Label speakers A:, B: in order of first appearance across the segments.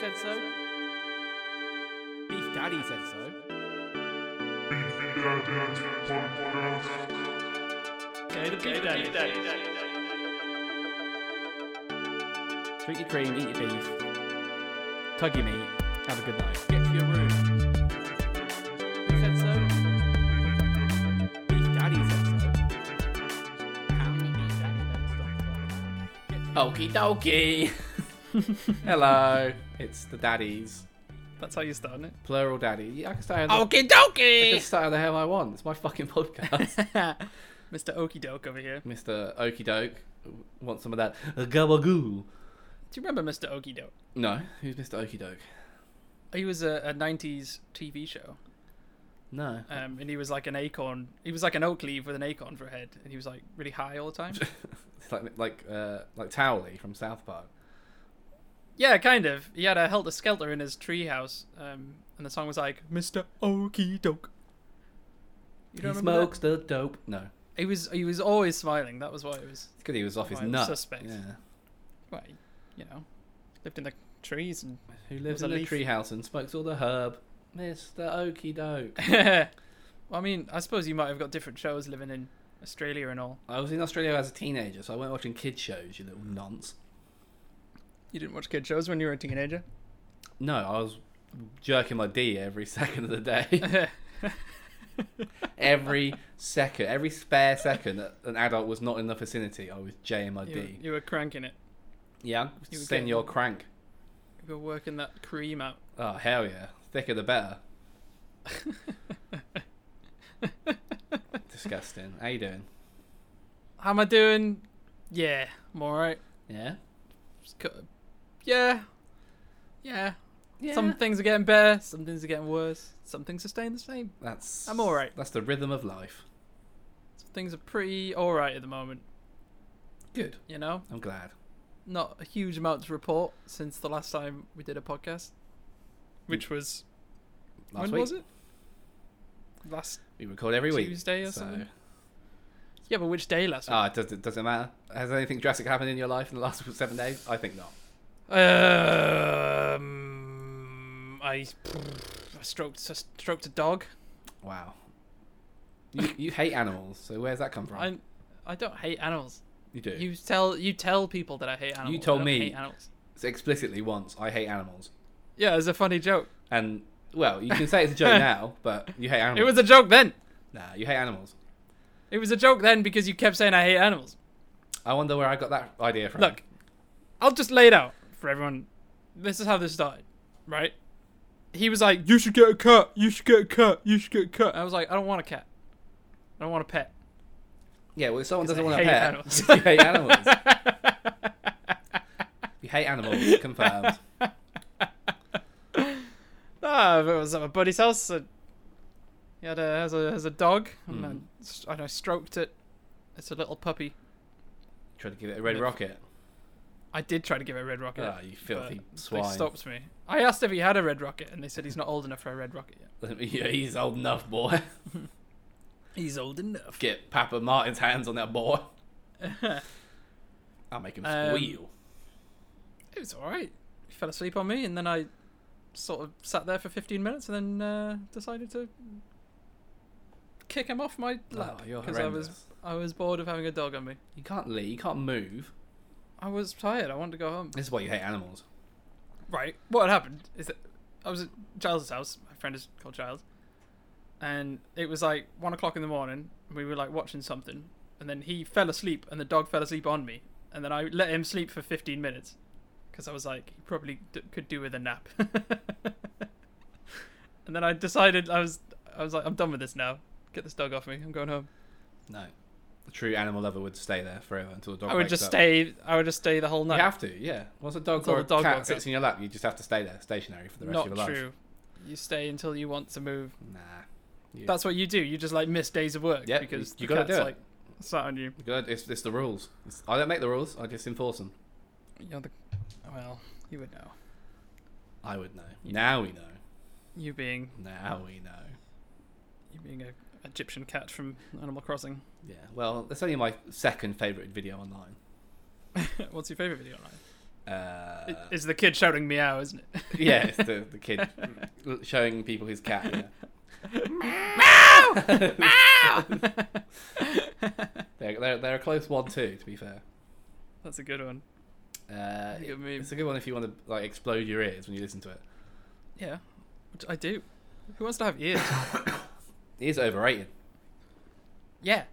A: said so. Beef Daddy said so. Okay, the Beef Daddy. Drink your cream, eat your beef, tug your meat, have a good night. Get to your room. Who said so? Beef Daddy said so. How many Beef Daddy don't stop? Get to your
B: Okie dokie. Hello. It's the daddies.
C: That's how you start it.
B: Plural daddy. Yeah, I can stay how the,
C: Okie
B: I can
C: dokie!
B: stay how the hell I want. It's my fucking podcast.
C: Mr. Okie Doke over here.
B: Mr. Okie doke. Want some of that gabagoo?
C: Do you remember Mr. Okie Doke?
B: No. Who's Mr. Okie doke?
C: He was a, a 90s TV show,
B: No.
C: um, and he was like an acorn. He was like an oak leaf with an acorn for a head, and he was like really high all the time.
B: It's like like uh, like Towley from South Park.
C: yeah, kind of. He had a helter skelter in his treehouse, um, and the song was like, Mr. Okie Doke. You
B: He
C: don't remember
B: smokes the dope. No.
C: that? He was, he was always smiling. That was why it was.
B: It's because he was off his
C: Why, the
B: nut.
C: suspect.
B: Yeah.
C: Well, he- you know, lived in the trees and
B: Who lives
C: a
B: in a
C: leaf.
B: treehouse and smokes all the herb? Mr. Okie doke.
C: well, I mean, I suppose you might have got different shows living in Australia and all.
B: I was in Australia as a teenager, so I weren't watching kid shows. You little nonce.
C: You didn't watch kid shows when you were a teenager.
B: No, I was jerking my D every second of the day. every second, every spare second that an adult was not in the vicinity, I was J my
C: you, were,
B: D.
C: you were cranking it.
B: Yeah,
C: you were
B: send your
C: getting-
B: crank.
C: You were working that cream out.
B: Oh hell yeah, thicker the better. Disgusting. How you doing?
C: How am I doing? Yeah, I'm alright.
B: Yeah.
C: Just cut- Yeah. Yeah.
B: Yeah.
C: Some things are getting better, some things are getting worse, some things are staying the same.
B: That's.
C: I'm all right.
B: That's the rhythm of life.
C: Some things are pretty alright at the moment,
B: Good.
C: you know?
B: I'm glad.
C: Not a huge amount to report since the last time we did a podcast, which was
B: Mm. Last
C: when
B: week
C: was it? Last
B: we record every week.
C: Tuesday or
B: so-
C: something? yeah, but which day last week?
B: Ah, does it does it matter? Has anything drastic happened in your life in the last seven days? I think not.
C: Ah. um, I, I stroked I stroked a dog.
B: Wow. You, you hate animals, so where's that come from?
C: I I don't hate animals.
B: you do.
C: You tell you tell people that I hate animals. I
B: told
C: don't
B: me.
C: hate animals.
B: It's explicitly once, I hate animals.
C: Yeah, it's a funny joke.
B: And, well, you can say it's a joke now, but you hate animals.
C: It was a joke then.
B: Nah, you hate animals.
C: It was a joke then because you kept saying I hate animals.
B: I wonder where I got that idea from.
C: Look, I'll just lay it out for everyone. This is how this started, right? He was like, "You should get a cat. You should get a cat. You should get a cat." I was like, "I don't want a cat. I don't want a pet."
B: Yeah, well, if someone doesn't
C: I
B: want a
C: hate
B: pet,
C: animals.
B: you hate animals. you hate animals, confirmed.
C: Ah, but it was at my buddy's house. And he had a has a has a dog, and
B: Hmm.
C: I, s- and I stroked it. It's a little puppy.
B: Try to give it a red
C: Yeah.
B: rocket.
C: I did try to give it a red rocket,
B: Ah, you
C: but
B: filthy
C: they
B: swine.
C: stopped me. I asked if he had a red rocket, and they said he's not old enough for a red rocket yet.
B: yeah, he's old enough, boy.
C: He's old enough.
B: Get Papa Martin's hands on that boy. I'll make him
C: Um,
B: squeal.
C: It was all right. He fell asleep on me, and then I sort of sat there for 15 minutes, and then uh, decided to kick him off my lap
B: Oh, you're
C: I
B: horrendous.
C: was I was bored of having a dog on me.
B: You can't leave. You can't move.
C: I was tired. I wanted to go home.
B: This is why you hate animals.
C: Right. What had happened is that I was at Giles' house. My friend is called Giles, and it was like one o'clock in the morning. and We were like watching something, and then he fell asleep, and the dog fell asleep on me, and then I let him sleep for fifteen minutes because I was like, he probably d- could do with a nap. and then I decided I was, I was like, I'm done with this now. Get this dog off me. I'm going home.
B: No. A true animal lover would stay there forever until the dog
C: I would
B: wakes
C: just
B: up.
C: stay. I would just stay the whole
B: You
C: night.
B: have to, yeah. Once a dog
C: Until
B: or a
C: the dog
B: cat
C: wakes
B: sits
C: up.
B: in your lap, you just have to stay there, stationary for the rest
C: Not
B: of your life.
C: true. You stay until you want to move.
B: Nah. You,
C: That's what you do. You just like miss days of work
B: Yeah,
C: because
B: you- you
C: the
B: gotta do
C: cat's
B: it.
C: like sat on you.
B: you gotta- It's, it's the rules. It's- I don't make the rules. I just enforce them.
C: You're the well, you would know.
B: I would know. Now we know.
C: You being
B: Now we know.
C: you being a Egyptian cat from Animal Crossing.
B: Yeah. Well, that's only my second favorite video online.
C: What's your favorite video line?
B: Uh,
C: It- It's the kid shouting meow, isn't it?
B: yeah, it's the, the kid showing people his cat. Yeah. Ah! They're, they're, they're a close one too, to be fair.
C: That's a good one.
B: Uh,
C: Look at me.
B: it's a good one if you want to like explode your ears when you listen to it.
C: Yeah, which I do. Who wants to have ears?
B: Ears are overrated.
C: yeah,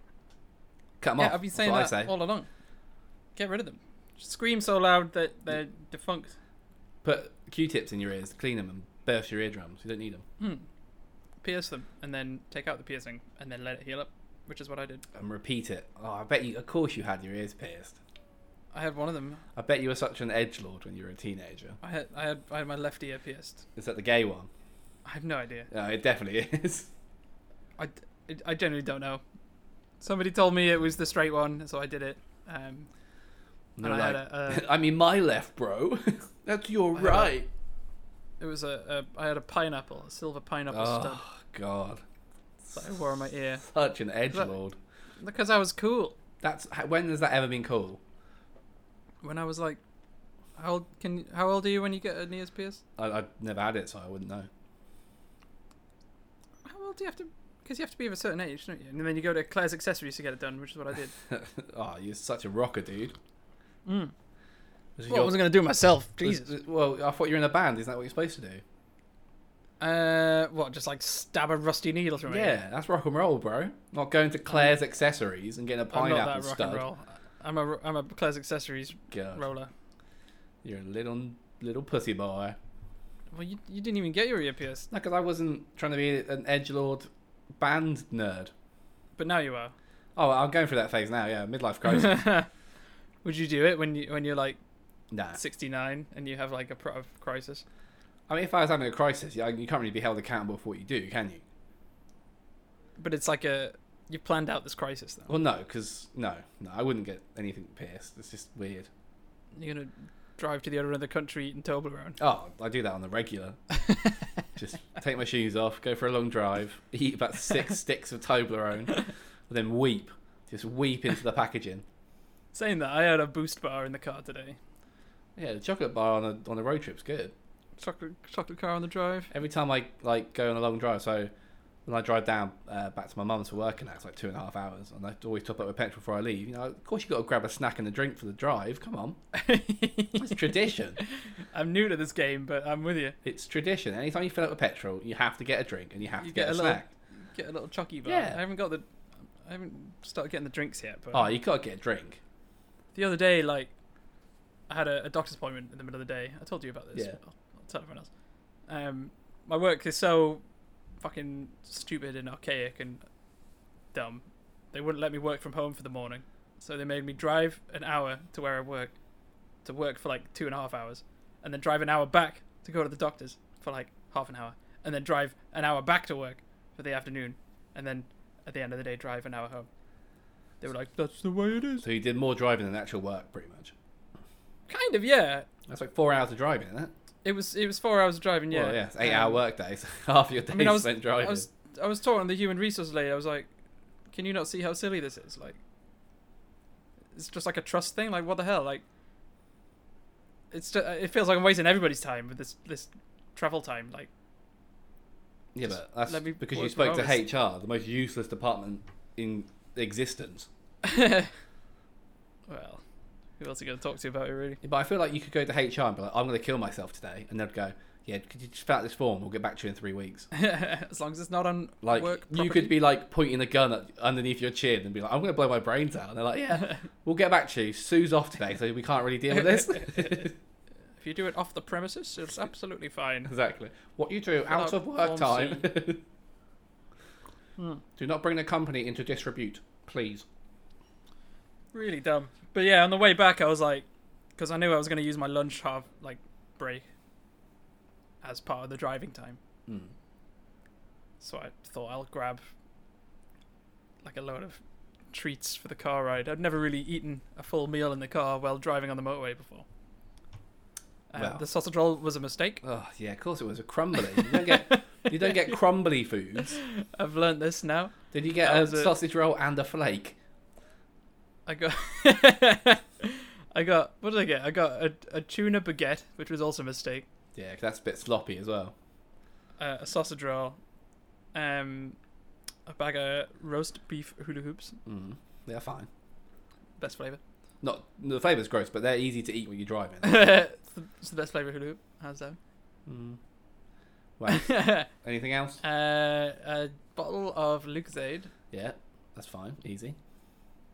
B: Cut 'em
C: yeah.
B: off.
C: I've been
B: that's
C: saying
B: what
C: that
B: I say.
C: all along. Get rid of them. Just scream so loud that they're defunct.
B: Put Q-tips in your ears, clean them, and burst your eardrums. You don't need them.
C: Hmm. Pierce them, and then take out the piercing, and then let it heal up, which is what I did.
B: And repeat it. Oh, I bet you. Of course, you had your ears pierced.
C: I had one of them.
B: I bet you were such an edge lord when you were a teenager.
C: I had, I had, I had my left ear pierced.
B: Is that the gay one?
C: I have no idea.
B: No, it definitely is.
C: I, d- I genuinely don't know. Somebody told me it was the straight one, so I did it. Um,
B: No,
C: And I
B: like,
C: had a, uh,
B: I mean, my left, bro. That's your
C: had a
B: right.
C: it was a, a I had a pineapple, a silver pineapple stud
B: Oh God,
C: that I wore on my ear
B: such an edge
C: that-
B: lord.
C: because I was cool
B: That's when has that ever been cool?
C: when I was like, how old can how old are you when you get an ears pierced?
B: I, I've never had it, so I wouldn't know.
C: How old do you have to? Because you have to be of a certain age, don't you? And then you go to Claire's Accessories to get it done, which is what I did.
B: oh, you're such a rocker, dude. Was it
C: Mm. well, I
B: your-
C: wasn't gonna do it myself.
B: was-
C: Jesus.
B: was- well, I thought you were in a band. Isn't that what you're supposed to do?
C: Uh, what? Just like stab a rusty needle through my ear?
B: Yeah, that's rock and roll, bro. Not going to Claire's accessories and getting a
C: I'm
B: pineapple
C: not that rock
B: stud.
C: and roll. I'm a I'm a Claire's Accessories
B: God,
C: roller.
B: you're a little little pussy boy.
C: Well, you, you didn't even get your ear pierced,
B: No, because I wasn't trying to be an edge lord band nerd.
C: but now you are.
B: Oh, I'm going through that phase now. Yeah, midlife crisis.
C: Would you do it when you when you're like
B: nah.
C: 69 and you have like a pro- crisis?
B: I mean, if I was having a crisis, yeah, you can't really be held accountable for what you do, can you?
C: But it's like a you planned out this crisis though.
B: Well, no, because no, no, I wouldn't get anything pierced. It's just weird.
C: You're gonna drive to the other end of the country eating Toblerone.
B: Oh, I do that on the regular. just take my shoes off, go for a long drive, eat about six sticks of Toblerone, and then weep. Just weep into the packaging.
C: Saying that, I had a Boost bar in the car today.
B: Yeah, the chocolate bar on a on a road trip's good.
C: Chocolate chocolate car on the drive.
B: Every time I like go on a long drive, so when I drive down uh, back to my mum's for work, and that's like two and a half hours, and I always top up with petrol before I leave. You know, of course you got to grab a snack and a drink for the drive. Come on, it's tradition.
C: I'm new to this game, but I'm with you.
B: It's tradition. Anytime you fill up with petrol, you have to get a drink and you have
C: You
B: to get,
C: get
B: a,
C: a little-
B: snack.
C: Get a little chocky bar.
B: Yeah.
C: I haven't got the. I haven't started getting the drinks yet, but
B: Oh, you gotta get a drink.
C: the other day, like, I had a, a doctor's appointment in the middle of the day. I told you about this.
B: Yeah.
C: I'll, I'll tell everyone else. Um, my work is so fucking stupid and archaic and dumb. They wouldn't let me work from home for the morning, so they made me drive an hour to where I work, to work for like two and a half hours, and then drive an hour back to go to the doctor's for like half an hour, and then drive an hour back to work for the afternoon, and then at the end of the day drive an hour home. They were like, "That's the way it is."
B: So you did more driving than actual work, pretty much.
C: Kind of, yeah.
B: That's like four hours of driving, isn't it?
C: It was it was four hours of driving. Yeah,
B: Well, yeah, it's eight hour
C: Um,
B: work days. Half your day
C: I mean, I was,
B: spent driving.
C: I was I was talking to the human resource lady. I was like, "Can you not see how silly this is? Like, it's just like a trust thing. Like, what the hell? Like, it's just, it feels like I'm wasting everybody's time with this this travel time. Like,
B: yeah,
C: just
B: but that's
C: let me
B: because you
C: work from
B: spoke to
C: home.
B: HR, the most useless department in existence.
C: well, who else are you gonna talk to about it really?
B: But I feel like you could go to HR and be like, "I'm gonna kill myself today," and they'd go, "Yeah, could you just fill out this form? We'll get back to you in three weeks."
C: as long as it's not on
B: Like
C: work.
B: you
C: property.
B: could be like pointing a gun at, underneath your chin and be like, "I'm gonna blow my brains out," and they're like, "Yeah, we'll get back to you." Sue's off today, so we can't really deal with this.
C: if you do it off the premises, it's absolutely fine.
B: Exactly. What you do
C: out
B: out of work
C: form Hmm.
B: time. Do not bring the company into disrepute, please.
C: really dumb. But yeah, on the way back, I was like, because I knew I was going to use my lunch half like break as part of the driving time.
B: Mm.
C: So I thought I'll grab like a load of treats for the car ride. I'd never really eaten a full meal in the car while driving on the motorway before. Uh,
B: Well.
C: The sausage roll was a mistake.
B: Oh yeah, of course it was a crumbly. You don't get you don't get crumbly foods.
C: I've learnt this now.
B: Did you get
C: That
B: a
C: was a-
B: sausage roll and a flake?
C: I got I got what did I get? I got a, a tuna baguette, which was also a mistake.
B: Yeah, 'cause that's a bit sloppy as well.
C: Uh, a sausage roll, um, a bag of roast beef hula hoops,
B: Mm. They're fine.
C: best flavor.
B: Not the flavour's gross, but they're easy to eat when you're driving.
C: it's, the, it's the best flavor hula hoop, hands down.
B: mm. Right.
C: uh,
B: Anything else?
C: a bottle of Lucozade
B: Yeah, that's fine. Easy.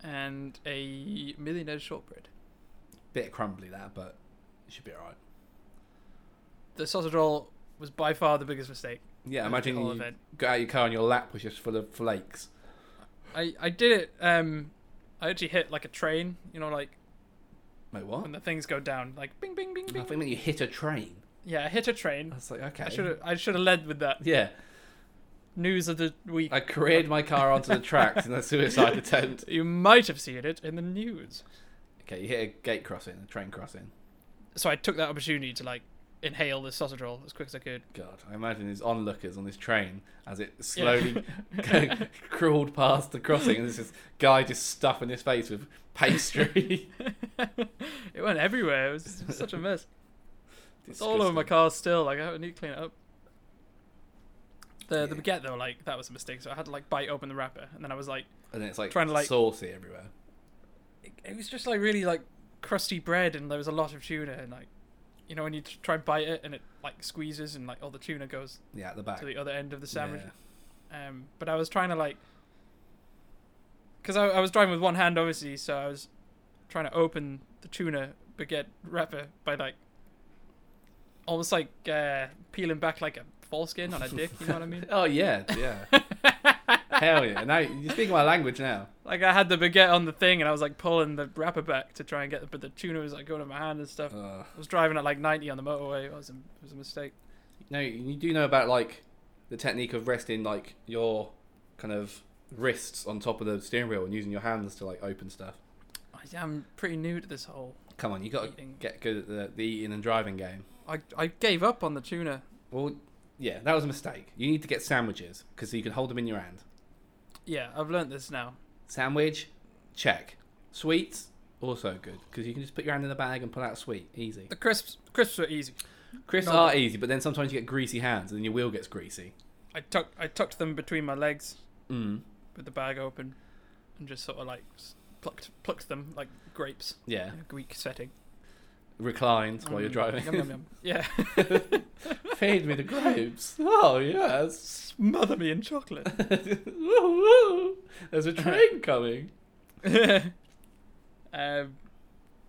C: and a millionaire shortbread.
B: Bit crumbly that, but it should be alright.
C: The sausage roll was by far the biggest mistake.
B: Yeah,
C: of
B: imagine
C: the whole
B: you
C: event.
B: got out of your car and your lap was just full of flakes.
C: I I did it. Um, I actually hit like a train. You know, like
B: Wait, what?
C: when the things go down, like bing bing bing
B: I
C: bing.
B: think when you hit a train.
C: Yeah, I hit a train.
B: I was like, okay.
C: I should have I should have led with that
B: Yeah,
C: news of the week.
B: I careered my car onto the tracks in a suicide attempt.
C: You might have seen it in the news.
B: Okay, you hit a gate crossing, a train crossing.
C: So I took that opportunity to like inhale the sausage roll as quick as I could.
B: God, I imagine there's onlookers on this train as it slowly crawled past the crossing, and there's this guy just stuffing his face with pastry.
C: It went everywhere. It was such a mess. It's all over my car still. Like I need to clean it up. The the
B: Yeah.
C: baguette though, like that was a mistake. So I had to like bite open the wrapper, and then I was like,
B: and then it's like
C: Trying to, like-
B: saucy everywhere.
C: it, it was just like really like crusty bread, and there was a lot of tuna, and like, you know, when you t- try and bite it, and it like squeezes, and like all the tuna goes
B: Yeah, at the back.
C: to the other end of the sandwich.
B: Yeah.
C: Um, but I was trying to like, because I, I was driving with one hand, obviously, so I was trying to open the tuna baguette wrapper by like, almost like uh, peeling back like a foreskin on a dick. You know what I mean?
B: Oh yeah, yeah. Hell yeah! Now you speak my language now.
C: Like I had the baguette on the thing, and I was like pulling the wrapper back to try and get, but the tuna was like going to my hand and stuff.
B: Uh,
C: I was driving at like 90 on the motorway. It was a, it was a mistake.
B: no, you do know about like the technique of resting like your kind of wrists on top of the steering wheel and using your hands to like open stuff.
C: I am pretty new to this whole.
B: Come on, you got to
C: Eating.
B: get good at the, the eating and driving game.
C: I I gave up on the tuna.
B: Well, yeah, that was a mistake. You need to get sandwiches because you can hold them in your hand.
C: Yeah, I've learnt this now.
B: Sandwich, check. Sweets, also good because you can just put your hand in the bag and pull out a sweet, easy.
C: The crisps crisps are easy.
B: Crisps
C: No.
B: are easy, but then sometimes you get greasy hands and then your wheel gets greasy.
C: I tucked I tucked them between my legs
B: Mm.
C: with the bag open, and just sort of like s- plucked plucked them like grapes
B: Yeah,
C: in a Greek setting.
B: reclines while you're
C: Mm,
B: driving.
C: yum, yum, yum. Yeah,
B: Feed me the grapes. Oh yes.
C: smother me in chocolate.
B: Woo-hoo. There's a train coming.
C: um,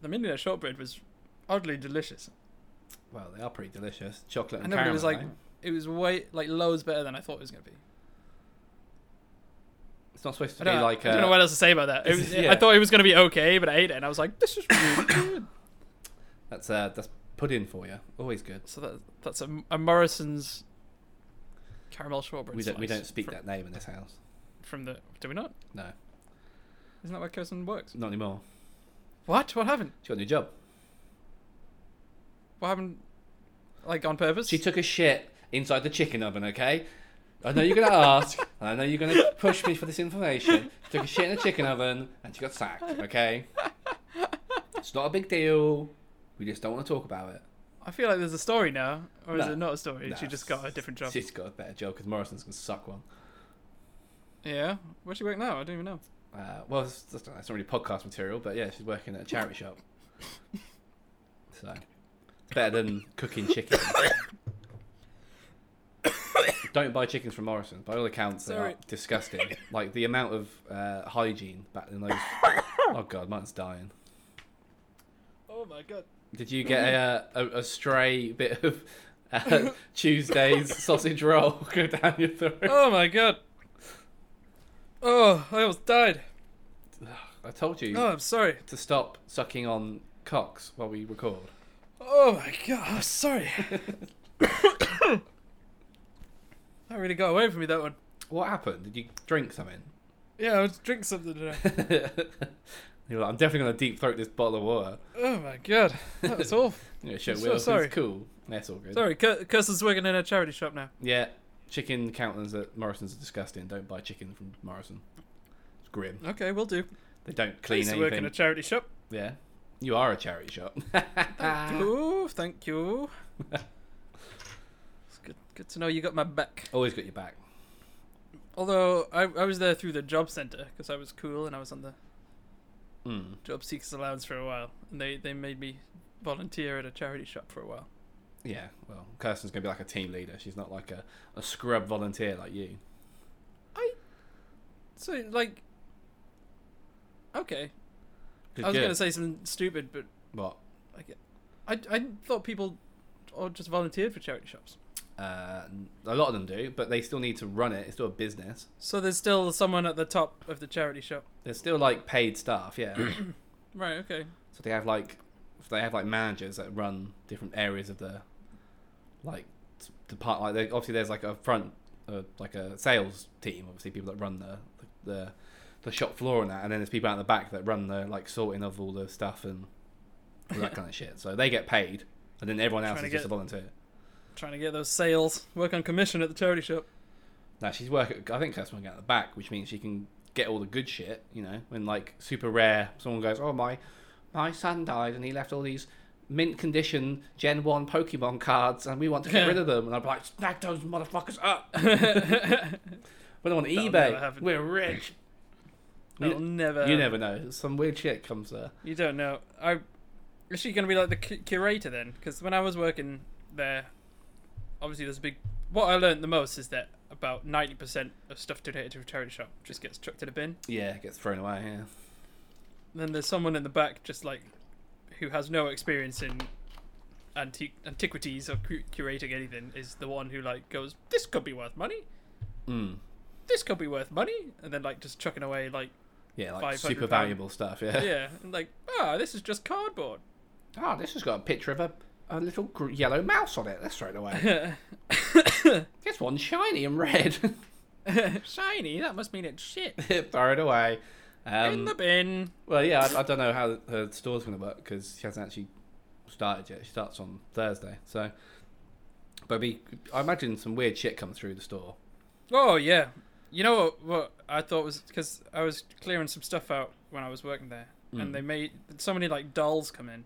C: the millionaire shortbread was oddly delicious.
B: Well, they are pretty delicious. Chocolate
C: I
B: and
C: know, but it
B: caramel.
C: was like
B: right?
C: it was way like loads better than I thought it was gonna be.
B: it's not supposed
C: I
B: to be
C: don't, know,
B: like.
C: I don't know
B: uh,
C: what else to say about that. It
B: This
C: was-
B: is- yeah.
C: I thought it was gonna be okay, but I ate it and I was like, this is really good.
B: That's uh, that's pudding for you. Always good.
C: So that that's a, a Morrison's caramel shortbread.
B: We don't we
C: slice
B: don't speak
C: from,
B: that name in this house.
C: from the. Do we not?
B: No,
C: Isn't that where Cousin works?
B: not anymore.
C: What? What happened?
B: She got a new job.
C: What happened? Like on purpose?
B: She took a shit inside the chicken oven. Okay. I know you're gonna ask, and I know you're gonna push me for this information. She took a shit in the chicken oven, and she got sacked. Okay. It's not a big deal. We just don't want to talk about it.
C: I feel like there's a story now, or is
B: No.
C: it not a story? She
B: Nah,
C: just got a different job.
B: She's got a better job because Morrison's gonna suck one.
C: Yeah. Where's she work now? I don't even know.
B: Uh, well, it's, it's not it's not really podcast material, but yeah, she's working at a charity shop. So, it's better than cooking chicken. Don't buy chickens from Morrison. By all accounts, they
C: Sorry.
B: are disgusting. Like the amount of uh, hygiene back in those. Oh god, mine's dying.
C: Oh my god.
B: Did you get a,
C: Mm-hmm.
B: uh, a, a stray bit of uh, Tuesday's sausage roll go down your throat?
C: Oh my god. Oh, I almost died.
B: I told you
C: Oh, I'm sorry.
B: to stop sucking on cocks while we record.
C: Oh my god, I'm sorry. that really got away from me, that one.
B: What happened? Did you drink something?
C: Yeah, I was drink something today.
B: You're like, I'm definitely gonna deep throat this bottle of water.
C: Oh my god, that was awful.
B: Yeah, sure,
C: I'm so
B: will.
C: sorry.
B: It's cool. That's all good.
C: Sorry, Cur- Kirsten's working in a charity shop now.
B: Yeah, chicken counters at Morrison's are disgusting. Don't buy chicken from Morrison. It's grim.
C: Okay, we'll do.
B: They don't
C: I
B: clean
C: used to work in
B: anything.
C: a charity shop.
B: yeah. You are a charity shop.
C: Ooh, thank you. it's good, good to know you got my back.
B: Always got your back.
C: Although I, I was there through the job center because I was cool and I was on the
B: Mm.
C: job seekers allowance for a while, and they they made me volunteer at a charity shop for a while.
B: Yeah, well, Kirsten's going to be like a team leader. She's not like a, a scrub volunteer like you.
C: So like, okay,
B: Good
C: I was
B: girl.
C: gonna say something stupid, but
B: What?
C: I I thought people all just volunteered for charity shops.
B: Uh, a lot of them do, but they still need to run it. It's still a business.
C: So there's still someone at the top of the charity shop.
B: They're still like paid staff, yeah. so
C: Right. Okay.
B: they have like, they have like managers that run different areas of the, like, depart. Like, they, obviously, there's like a front, uh, like a sales team. Obviously, people that run the, the, the shop floor and that, and then there's people out the back that run the like sorting of all the stuff and all that kind of shit. So they get paid, and then everyone else
C: Trying to
B: is just
C: get-
B: a volunteer.
C: Trying to get those sales. Work on commission at the charity shop.
B: No, she's working. I think Kirsten will get at the back, which means she can get all the good shit. You know, when like super rare, someone goes, "Oh my, my son died and he left all these mint condition Gen One Pokemon cards, and we want to get rid of them." And I'm like, "Snag those motherfuckers up! Put them on
C: That'll never
B: eBay.
C: happen.
B: We're rich." You-
C: That'll never.
B: you never know. Some weird shit comes uh, there.
C: You don't know. I is she going to be like the cu- curator then? Because when I was working there, obviously there's a big. What I learned the most is that about ninety percent of stuff donated to a charity shop just gets chucked in a bin.
B: Yeah, it gets thrown away. Yeah.
C: then there's someone in the back just like who has no experience in antique antiquities or cu- curating anything is the one who like goes this could be worth money
B: Mm.
C: this could be worth money and then like just chucking away like
B: Yeah, like
C: 500
B: super
C: pound.
B: valuable stuff. Yeah.
C: yeah and like ah this is just cardboard
B: Oh, this has got a picture of a, a little gr- yellow mouse on it. Let's throw it away. This one's shiny and red.
C: shiny that must mean it's shit
B: throw it away.
C: in
B: Um,
C: the bin
B: well, yeah, I, I don't know how her store's going to work because she hasn't actually started yet. She starts on Thursday, so. But be, I imagine some weird shit comes through the store.
C: Oh yeah, you know what, what I thought was because I was clearing some stuff out when I was working there,
B: Mm.
C: and they made so many like dolls come in,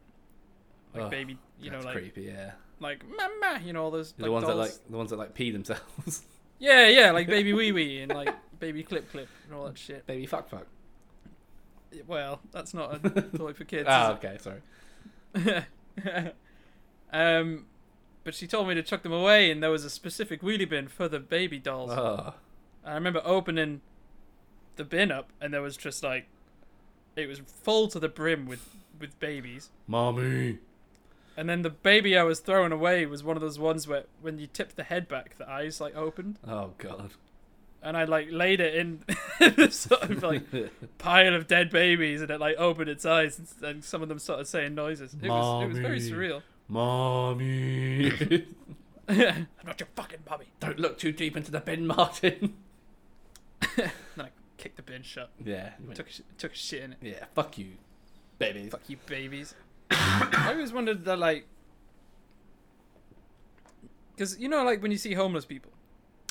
C: like
B: Ugh,
C: baby, you know,
B: That's
C: like
B: creepy, yeah.
C: like mama, you know, all those
B: The
C: like,
B: ones
C: dolls.
B: that like the ones that like pee themselves.
C: yeah, yeah, like baby wee wee and like baby clip clip and all that shit.
B: Baby fuck fuck.
C: Well, that's not a toy for kids.
B: Ah, okay, sorry.
C: is it? um, but she told me to chuck them away, and there was a specific wheelie bin for the baby dolls.
B: Oh,
C: And I remember opening the bin up, and there was just like, it was full to the brim with with babies.
B: mommy.
C: And then the baby I was throwing away was one of those ones where when you tip the head back, the eyes like opened,
B: Oh god.
C: and I like laid it in this sort of like pile of dead babies, and it like opened its eyes, and, and some of them started saying noises. It was it was very
B: Mommy.
C: surreal.
B: mommy.
C: I'm not your fucking mummy.
B: don't look too deep into the bin, Martin.
C: And then I kicked the bin shut,
B: Yeah.
C: took a, sh- took a shit in it.
B: Yeah. Fuck you, baby.
C: Fuck you, babies. I always wondered that, like, because you know, like when you see homeless people,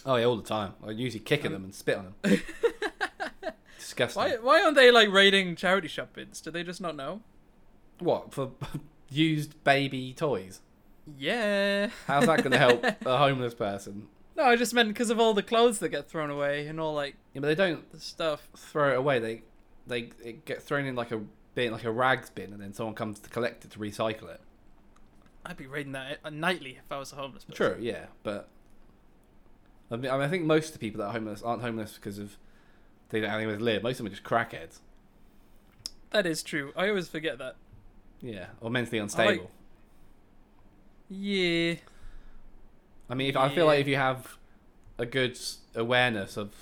B: Oh yeah, all the time. I usually kick at them and spit on them. Disgusting.
C: why why aren't they like raiding charity shop bins? Do they just not know?
B: What for? used baby toys.
C: Yeah.
B: How's that going to help a homeless person?
C: No, I just meant because of all the clothes that get thrown away and all like
B: Yeah, but they don't
C: the stuff.
B: throw it away. They they it gets thrown in like a bin, like a rags bin, and then someone comes to collect it to recycle it.
C: I'd be raiding that uh, nightly if I was a homeless person.
B: True. Yeah, but I mean, I, mean, I think most of the people that are homeless aren't homeless because of they don't have anywhere to live. Most of them are just crackheads.
C: That is true. I always forget that.
B: Yeah, or mentally unstable.
C: Yeah.
B: I mean, if, I feel like
C: Yeah.
B: if you have a good s- awareness of,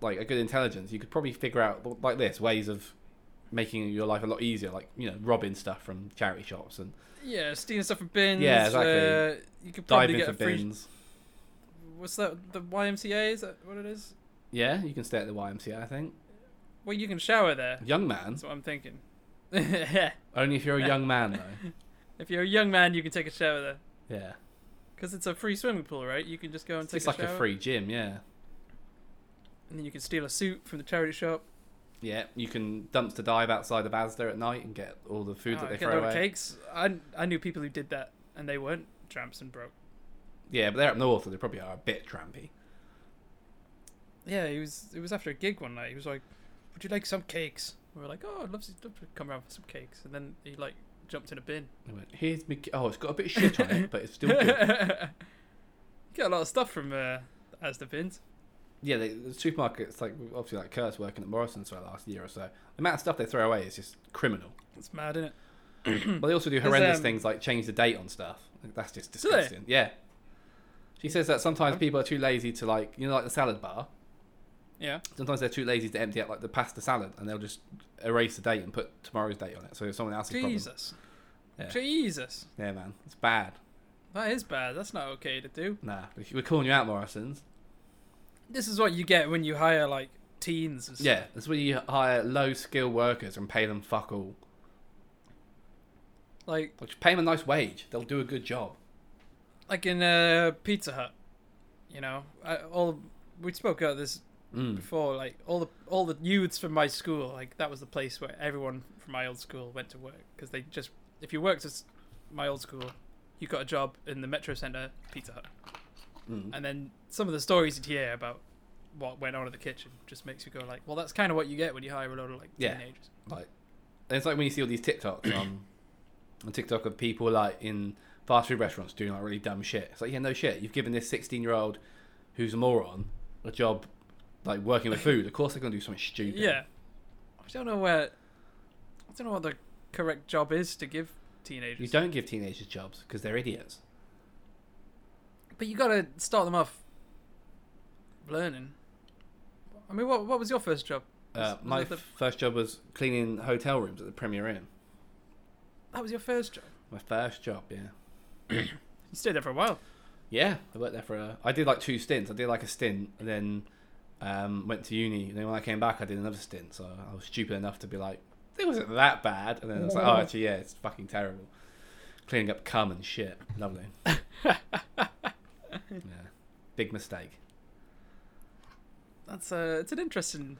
B: like, a good intelligence, you could probably figure out, like this, ways of making your life a lot easier, like, you know, robbing stuff from charity shops and
C: Yeah, stealing stuff from bins.
B: Yeah, exactly.
C: Uh, you could probably
B: diving
C: get
B: for
C: a free.
B: bins.
C: What's that? The YMCA? Is that what it is?
B: Yeah, you can stay at the YMCA, I think.
C: Well, you can shower there.
B: Young man?
C: That's what I'm thinking. if
B: Only if you're a young man, though.
C: you're a young man, you can take a shower there.
B: Yeah.
C: Because it's a free swimming pool, right? You can just go and
B: It's,
C: take a
B: like
C: shower.
B: a free gym, yeah.
C: And then you can steal a suit from the charity shop.
B: Yeah, you can dumpster dive outside of Asda at night and get all the food
C: Oh,
B: that they
C: get
B: throw
C: all the
B: away.
C: cakes. I I knew people who did that and they weren't tramps and broke.
B: Yeah, but they're up north, so they probably are a bit trampy.
C: Yeah, he was. It was after a gig one night. He was like, "Would you like some cakes?" We were like, "Oh, I'd love to, love to come around for some cakes." And then he like jumped in a bin.
B: They went, Here's me. Oh, it's got a bit of shit on it, but it's still good.
C: Get a lot of stuff from uh, Asda bins.
B: Yeah, they, the supermarkets, like obviously, like Kurt's working at Morrison's for the last year or so. The amount of stuff they throw away is just criminal.
C: It's mad, isn't it?
B: But they also do
C: There's,
B: horrendous
C: um,
B: things like change the date on stuff. Like, That's just
C: Do they?
B: disgusting. Yeah. She says that sometimes people are too lazy to like, you know, like the salad bar.
C: Yeah.
B: Sometimes they're too lazy to empty out like the pasta salad, and they'll just erase the date and put tomorrow's date on it. So it's someone else's problem.
C: Jesus.
B: Yeah.
C: Jesus.
B: Yeah, man, it's bad.
C: That is bad. That's not okay to do.
B: Nah, we're calling you out, Morrison's.
C: This is what you get when you hire like teens. And stuff.
B: Yeah, that's where you hire low skilled workers and pay them fuck all.
C: Like
B: Like, pay them a nice wage. They'll do a good job.
C: like in uh, Pizza Hut. You know, I, all we spoke about this
B: Mm.
C: before like all the all the youths from my school like that was the place where everyone from my old school went to work because they just if you worked at s- my old school you got a job in the metro center pizza hut
B: Mm.
C: and then some of the stories you'd hear about what went on in the kitchen just makes you go like well that's kind of what you get when you hire a lot of like
B: Yeah.
C: teenagers
B: Like, and it's like when you see all these TikToks on, on TikTok of people like in fast food restaurants doing like really dumb shit. It's like, yeah, no shit. You've given this 16 year old who's a moron a job like working with food. Of course they're going to do something stupid.
C: yeah i don't know where i don't know what the correct job is to give teenagers
B: You don't give teenagers jobs because they're idiots.
C: But you gotta start them off learning. I mean, what what was your first job?
B: Uh,
C: Was- was
B: my
C: it the-
B: first job was cleaning hotel rooms at the Premier Inn.
C: that was your first job.
B: My first job, yeah.
C: You stayed there for a while.
B: Yeah, I worked there for a. I did like two stints. I did like a stint, and then um, went to uni. And then when I came back, I did another stint. So I was stupid enough to be like, it wasn't that bad. And then I was like, oh, actually, yeah, it's fucking terrible. Cleaning up cum and shit. Lovely. yeah, big mistake.
C: That's uh it's an interesting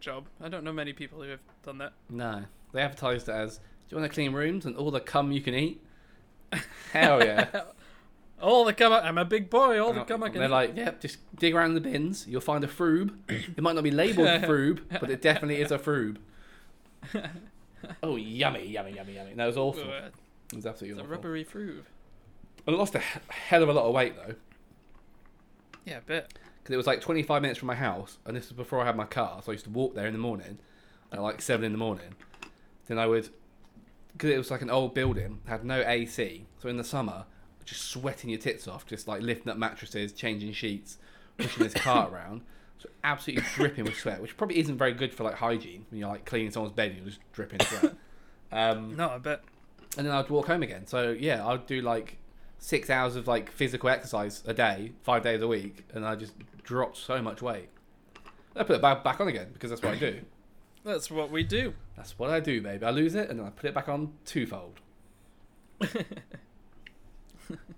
C: job. I don't know many people who have done that.
B: No, they advertised it as, do you want to clean rooms and all the cum you can eat? Hell yeah.
C: All the come, I'm a big boy. All the come I
B: And
C: can.
B: They're like, yep, just dig around in the bins. You'll find a froob. It might not be labeled froob, but it definitely is a froob. oh, yummy, yummy, yummy, yummy. No, it was awful. It
C: Uh,
B: was absolutely
C: it's a
B: awful.
C: rubbery fruit.
B: I lost a he- hell of a lot of weight though,
C: Yeah, I bet.
B: because it was like 25 minutes from my house, and this was before I had my car, so I used to walk there in the morning, at like seven in the morning. Then I would, because it was like an old building, had no AC, so in the summer, just sweating your tits off, just like lifting up mattresses, changing sheets, pushing this car around, so absolutely dripping with sweat, which probably isn't very good for like hygiene when you're like cleaning someone's bed and you're just dripping sweat. Um,
C: No, I bet.
B: and then I'd walk home again. So yeah, I'd do like six hours of like physical exercise a day, five days a week, and I just dropped so much weight. I put it back back on again because that's what I do.
C: That's what we do.
B: That's what I do, baby. I lose it and then I put it back on twofold.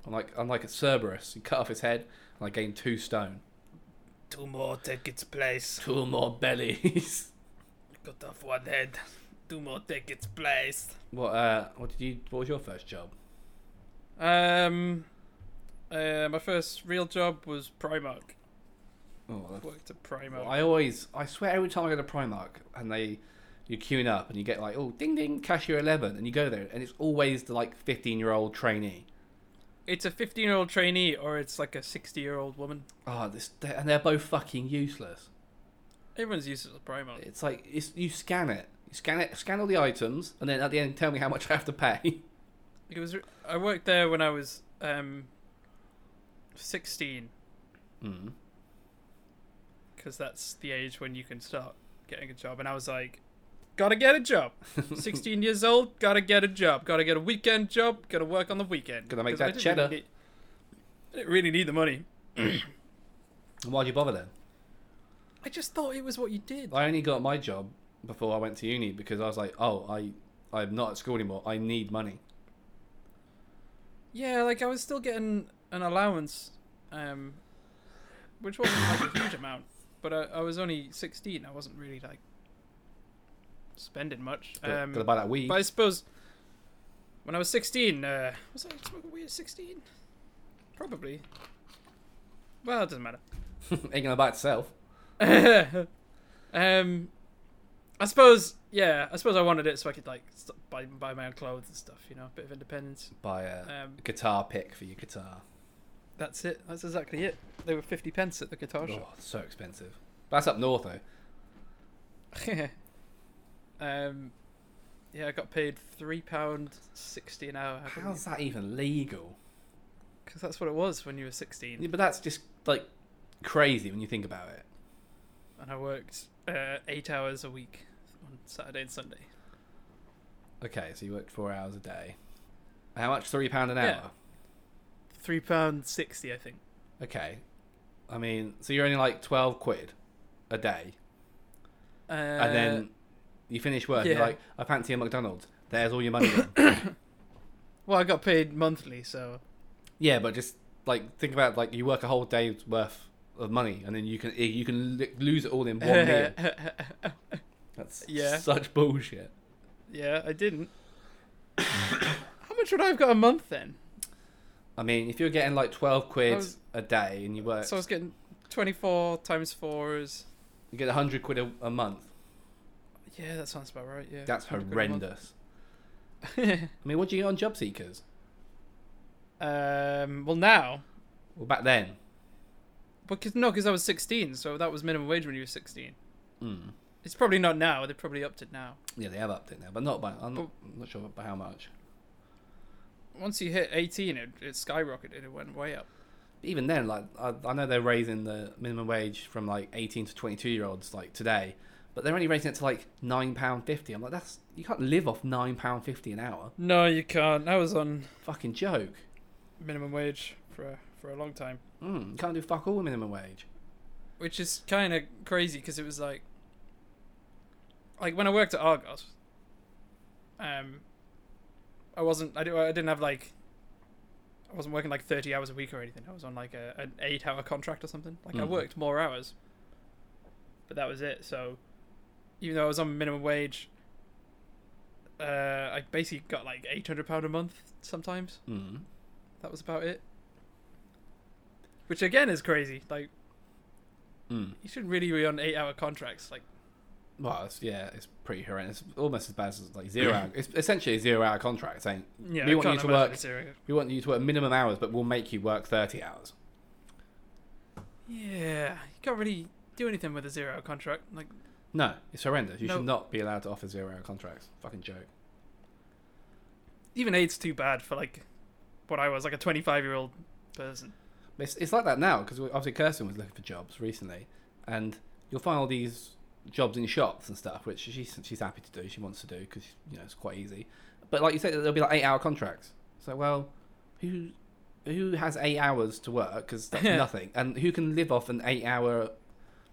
B: I'm like I'm like a Cerberus. You cut off his head and I gain two stone,
C: Two more take its place.
B: two more bellies.
C: Cut off one head. Two more take its place.
B: what uh what did you what was your first job?
C: Um, uh, my first real job was Primark.
B: Oh, that's
C: Worked at Primark.
B: Well, I always, I swear, every time I go to Primark and they, you're queuing up and you get like, oh, ding ding, cashier eleven, and you go there and it's always the like fifteen year old trainee.
C: It's a 15 year old trainee or it's like a 60 year old woman.
B: Oh, this, they're, and they're both fucking useless.
C: Everyone's useless at Primark.
B: It's like it's you scan it, you scan it, scan all the items, and then at the end tell me how much I have to pay.
C: It was. I worked there when I was um 16
B: mm.
C: because that's the age when you can start getting a job. And I was like, gotta get a job. 16 years old, gotta get a job. Gotta get a weekend job. Gotta work on the weekend.
B: Gotta make
C: 'Cause I
B: that
C: didn't
B: cheddar.
C: Really need, I didn't really need the money.
B: And why'd you bother then?
C: I just thought it was what you did.
B: I only got my job before I went to uni because I was like, oh, I, I'm not at school anymore. I need money.
C: Yeah, like I was still getting an allowance, um, which wasn't like a huge amount, but I, I was only 16. I wasn't really like spending much.
B: Gotta,
C: Um,
B: gotta buy that weed.
C: but I suppose when I was 16, uh, was I smoking weed at 16? Probably. Well, it doesn't matter.
B: Ain't gonna buy it itself.
C: um, I suppose, yeah, I suppose I wanted it so I could like st- buy buy my own clothes and stuff, you know, a bit of independence.
B: Buy a
C: Um,
B: guitar pick for your guitar.
C: that's it. That's exactly it. They were fifty pence at the guitar
B: Oh,
C: shop.
B: it's so expensive. That's up north though.
C: um, yeah, I got paid three pound sixty an hour.
B: How's that even legal?
C: Because that's what it was when you were sixteen,
B: Yeah, but that's just like crazy when you think about it.
C: and I worked uh, eight hours a week on Saturday and Sunday.
B: Okay, so you worked four hours a day. How much? Three pound an hour.
C: Yeah. Three pound sixty, I think.
B: Okay. I mean, so you're only like twelve quid a day,
C: Uh,
B: and then you finish work. You're
C: yeah.
B: like, I fancy a McDonald's. There's all your money. then.
C: well, I got paid monthly, so
B: yeah, but just like think about like you work a whole day's worth of money, and then you can you can li- lose it all in one meal. That's
C: Yeah.
B: such bullshit.
C: Yeah, I didn't. How much would I have got a month then?
B: I mean, if you're getting like twelve quid
C: was-
B: a day and you work,
C: Oh. So I was getting 24 times 4 is.
B: you get hundred quid a, a month.
C: Yeah, that sounds about right, yeah.
B: That's
C: 100 quid a month.
B: horrendous. I mean, what do you get on job seekers?
C: um, well, now.
B: Well, back then,
C: Because, no, because I was 16, so that was minimum wage when you were 16.
B: mm.
C: It's probably not now. They probably upped it now.
B: yeah, they have upped it now, but not by. I'm not,
C: Oh.
B: I'm not sure by how much.
C: Once you hit 18, it, it skyrocketed. It went way up.
B: even then, like I, I know they're raising the minimum wage from like 18 to 22 year olds like today, but they're only raising it to like nine pound fifty. I'm like, that's you can't live off nine pound fifty an hour.
C: No, you can't. I was on
B: Fucking joke.
C: minimum wage for a, for a long time,
B: Mm, you can't do fuck all with minimum wage.
C: which is kind of crazy because it was like, like when I worked at Argos, um, I wasn't. I, do, I didn't have like, I wasn't working like thirty hours a week or anything. I was on like a, an eight-hour contract or something. Like I
B: Mhm.
C: worked more hours, but that was it. So, even though I was on minimum wage, uh, I basically got like eight hundred pound a month sometimes.
B: Mm.
C: That was about it. Which again is crazy. Like
B: Mm.
C: you shouldn't really be on eight-hour contracts. Like
B: Well, it's, yeah, it's pretty horrendous. It's almost as bad as like zero. hour. It's essentially a zero hour contract saying
C: yeah,
B: we
C: I
B: want you
C: can't
B: to
C: imagine
B: work.
C: it's zero.
B: We want you to work minimum hours, but we'll make you work 30 hours.
C: Yeah, you can't really do anything with a zero-hour contract. Like
B: No, it's horrendous. You
C: No.
B: should not be allowed to offer zero hour contracts. Fucking joke.
C: even eight's too bad for like what I was, like a twenty-five-year-old person.
B: It's, it's like that now because obviously Kirsten was looking for jobs recently, and you'll find all these jobs in shops and stuff, which she's she's happy to do. She wants to do because you know it's quite easy. But like you said, there'll be like eight hour contracts. So well, who who has eight hours to work because that's nothing, and who can live off an eight hour,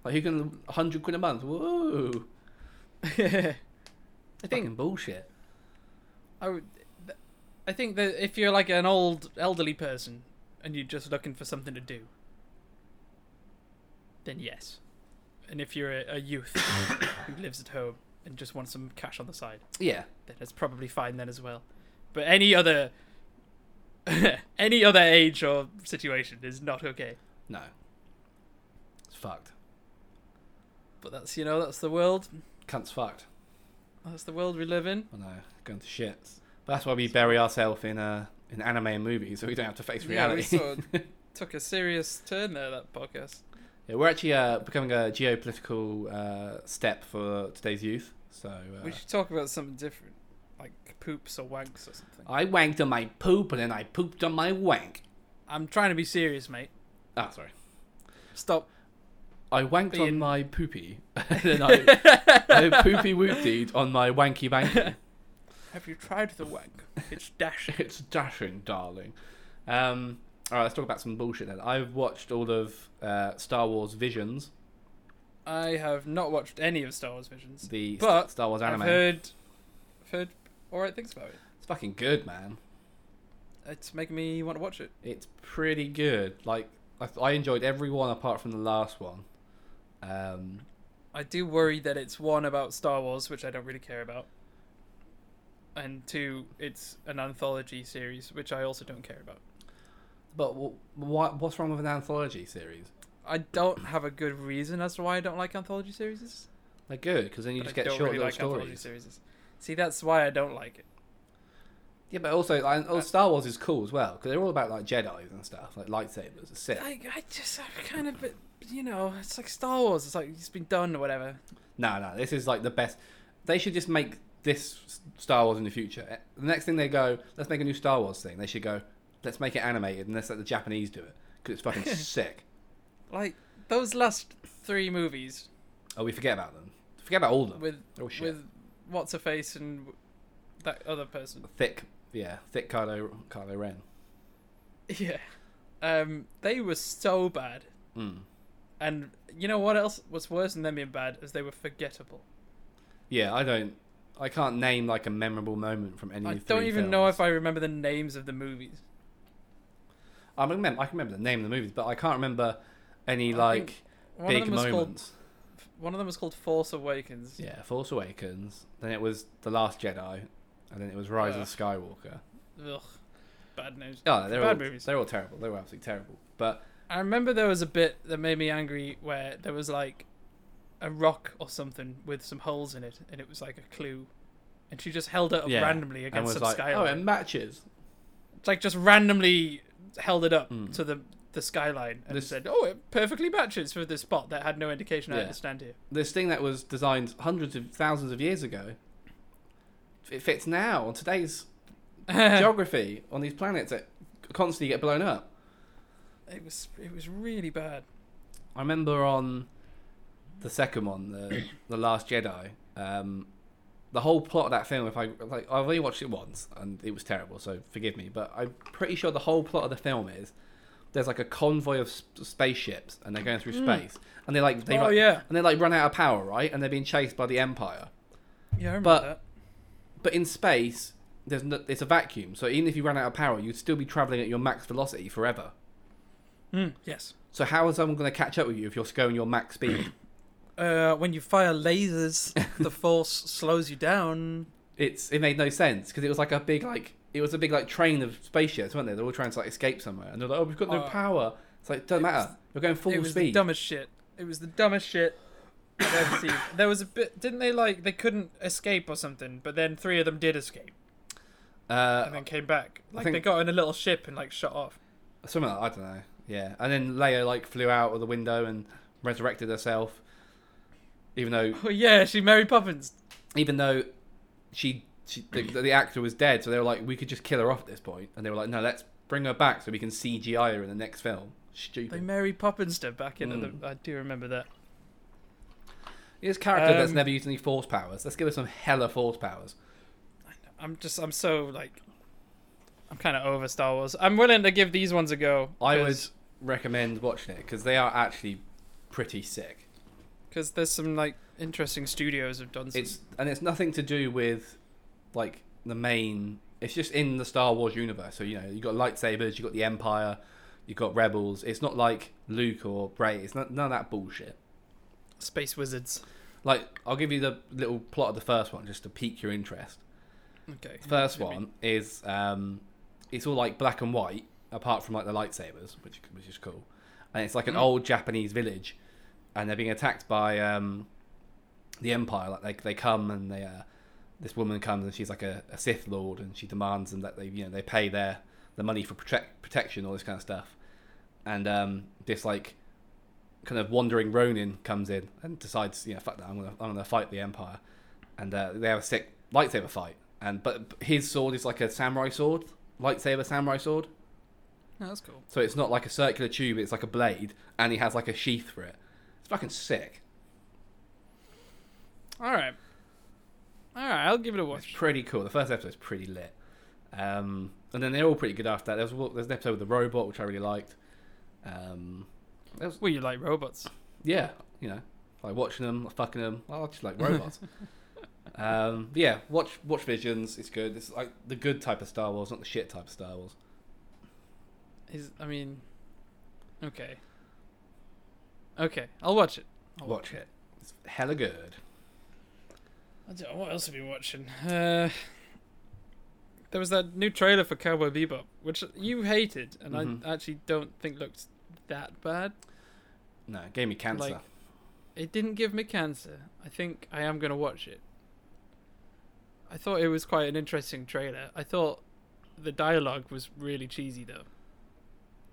B: like who can hundred quid a month? Whoa,
C: I think
B: fucking bullshit.
C: I would. th- I think that if you're like an old elderly person and you're just looking for something to do, then yes. And if you're a, a youth who lives at home and just wants some cash on the side,
B: Yeah,
C: then it's probably fine then as well. But any other any other age or situation is not okay.
B: no, it's fucked.
C: But that's you know that's the world.
B: Cunt's fucked.
C: That's the world we live in.
B: I know, going to shit. But that's why we bury ourselves in uh, in anime and movies, so we don't have to face reality. Yeah,
C: sort of took a serious turn there. That podcast.
B: we are actually uh, becoming a geopolitical uh, step for today's youth. So uh,
C: We should talk about something different, like poops or wanks or something.
B: I wanked on my poop, and then I pooped on my wank.
C: I'm trying to be serious, mate.
B: Ah, sorry.
C: Stop.
B: I wanked on
C: Being-
B: my poopy, and then I, I poopy whooped on my wanky wanky.
C: Have you tried the wank? It's dashing.
B: it's dashing, darling. Um, all right, let's talk about some bullshit then. I've watched all of uh, Star Wars Visions,
C: I have not watched any of Star Wars Visions.
B: the
C: But
B: Star Wars anime.
C: I've heard, I've heard all right things about it.
B: It's fucking good, man.
C: It's making me want to watch it.
B: It's pretty good. Like I, th- I enjoyed every one apart from the last one. Um,
C: I do worry that it's one about Star Wars, which I don't really care about, and two, it's an anthology series, which I also don't care about.
B: But wh- why, what's wrong with an anthology series?
C: I don't have a good reason as to why I don't like anthology series.
B: They're good because then you
C: but
B: just
C: I
B: get
C: don't
B: short
C: really
B: little
C: like anthology
B: stories.
C: series. See, that's why I don't like it.
B: Yeah, but also like, oh, Star Wars is cool as well because they're all about like Jedi's and stuff, like lightsabers, and Sith.
C: I, I just I'm kind of, bit- you know, it's like Star Wars. It's like it's been done or whatever.
B: No, no, this is like the best. They should just make this S- Star Wars in the future. Eh, The next thing they go, let's make a new Star Wars thing. They should go, let's make it animated and let's let the Japanese do it because it's fucking sick.
C: Like those last three movies
B: Oh, we forget about them. Forget about all of them.
C: with
B: oh shit.
C: with what's her face and w- that other person.
B: Thick, yeah, thick Kylo Kylo Ren.
C: Yeah. Um, they were so bad.
B: Mm.
C: And you know what else was worse than them being bad is they were forgettable.
B: Yeah, I don't. I can't name like a memorable moment from any.
C: I
B: of the
C: don't
B: three
C: even know
B: films.
C: if I remember the names of the movies.
B: I remember. I can remember the name of the movies, but I can't remember any
C: I
B: like
C: think One of
B: big
C: them was
B: moments.
C: called one of them was called Force Awakens.
B: Yeah, Force Awakens. Then it was The Last Jedi, and then it was Rise
C: Ugh.
B: of Skywalker.
C: Ugh. Bad names.
B: Oh, they're
C: Bad
B: all
C: movies.
B: they're all terrible. They were absolutely terrible. But
C: I remember there was a bit that made me angry where there was like a rock or something with some holes in it and it was like a clue. And she just held it up
B: Yeah,
C: randomly
B: and
C: against
B: was
C: some
B: like, oh,
C: skyline.
B: it matches.
C: like just randomly held it up
B: Mm.
C: to the the skyline and
B: This-
C: said, "Oh, it perfectly matches for this spot that had no indication I
B: Yeah.
C: understand here."
B: This thing that was designed hundreds of thousands of years ago, it fits now on today's geography on these planets that constantly get blown up.
C: it was it was really bad.
B: I remember on the second one, the the Last Jedi, um, the whole plot of that film. If I like, I've only watched it once and it was terrible, so forgive me. But I'm pretty sure the whole plot of the film is there's like a convoy of sp- spaceships and they're going through space and they like they
C: oh
B: run-
C: yeah,
B: and they like run out of power, right? And they're being chased by the Empire.
C: yeah, I remember
B: but-
C: that.
B: But in space, there's no, it's a vacuum, so even if you ran out of power, you'd still be traveling at your max velocity forever.
C: Mm,
B: Hmm.
C: yes,
B: So how is someone going to catch up with you if you're going your max speed?
C: uh, when you fire lasers, the force slows you down.
B: it's it made no sense because it was like a big like it was a big like train of spaceships, weren't they? They're all trying to like escape somewhere, and they're like, "Oh, we've got no
C: Uh,
B: power." It's like doesn't
C: it was-
B: matter. You're going full
C: it was the
B: speed.
C: dumbest shit. It was the dumbest shit. I've ever seen. There was a bit, didn't they? Like they couldn't escape or something, but then three of them did escape
B: uh,
C: and then came back. Like
B: think-
C: they got in a little ship and like shut off.
B: something like, I don't know. Yeah, and then Leia like flew out of the window and resurrected herself, even though
C: Oh yeah, she Mary Poppins.
B: even though she, she the, the actor was dead, so they were like, "We could just kill her off at this point," and they were like, "No, let's bring her back so we can CGI her in the next film."
C: They
B: Stupid.
C: Mary Poppins her back into
B: Mm.
C: the. I do remember that.
B: Here's a character that's
C: Um,
B: never used any force powers. Let's give her some hella force powers.
C: I'm just. I'm so like. I'm kind of over Star Wars. I'm willing to give these ones a go.
B: I would recommend watching it because they are actually pretty sick.
C: because there's some like interesting studios have done. Some,
B: It's and it's nothing to do with like the main. It's just in the Star Wars universe. So you know you got lightsabers, you got the Empire, you got Rebels. It's not like Luke or Bray. It's not none of that bullshit.
C: space wizards.
B: Like I'll give you the little plot of the first one just to pique your interest.
C: Okay.
B: The first
C: Maybe.
B: one is um, it's all like black and white, apart from like the lightsabers, which which is cool. And it's like an
C: Mm.
B: old Japanese village, and they're being attacked by um, the Empire. Like they they come and they uh, this woman comes and she's like a, a Sith Lord, and she demands them that they you know they pay their the money for protect, protection, all this kind of stuff. And um, this like kind of wandering Ronin comes in and decides, you know, fuck that, I'm gonna I'm gonna fight the Empire, and uh, they have a sick lightsaber fight. And but his sword is like a samurai sword, lightsaber samurai sword.
C: No, that's cool.
B: So it's not like a circular tube; it's like a blade, and he has like a sheath for it. It's fucking sick.
C: All right. All right. I'll give it a
B: It's
C: watch.
B: pretty cool. The first episode's pretty lit. Um, and then they're all pretty good after that. There's there's an episode with the robot which I really liked. Um,
C: Well, you like robots.
B: yeah, you know, like watching them, fucking them. I just like robots. um, but yeah, watch watch Visions. It's good. It's like the good type of Star Wars, not the shit type of Star Wars.
C: Is I mean. Okay. Okay. I'll watch it. I'll
B: Watch it. It's hella good.
C: I don't know, what else have you been watching? Uh, there was that new trailer for Cowboy Bebop, which you hated, and
B: Mhm.
C: I actually don't think looked that bad.
B: No, it gave me cancer.
C: Like- It didn't give me cancer. I think I am going to watch it. I thought it was quite an interesting trailer. I thought the dialogue was really cheesy, though.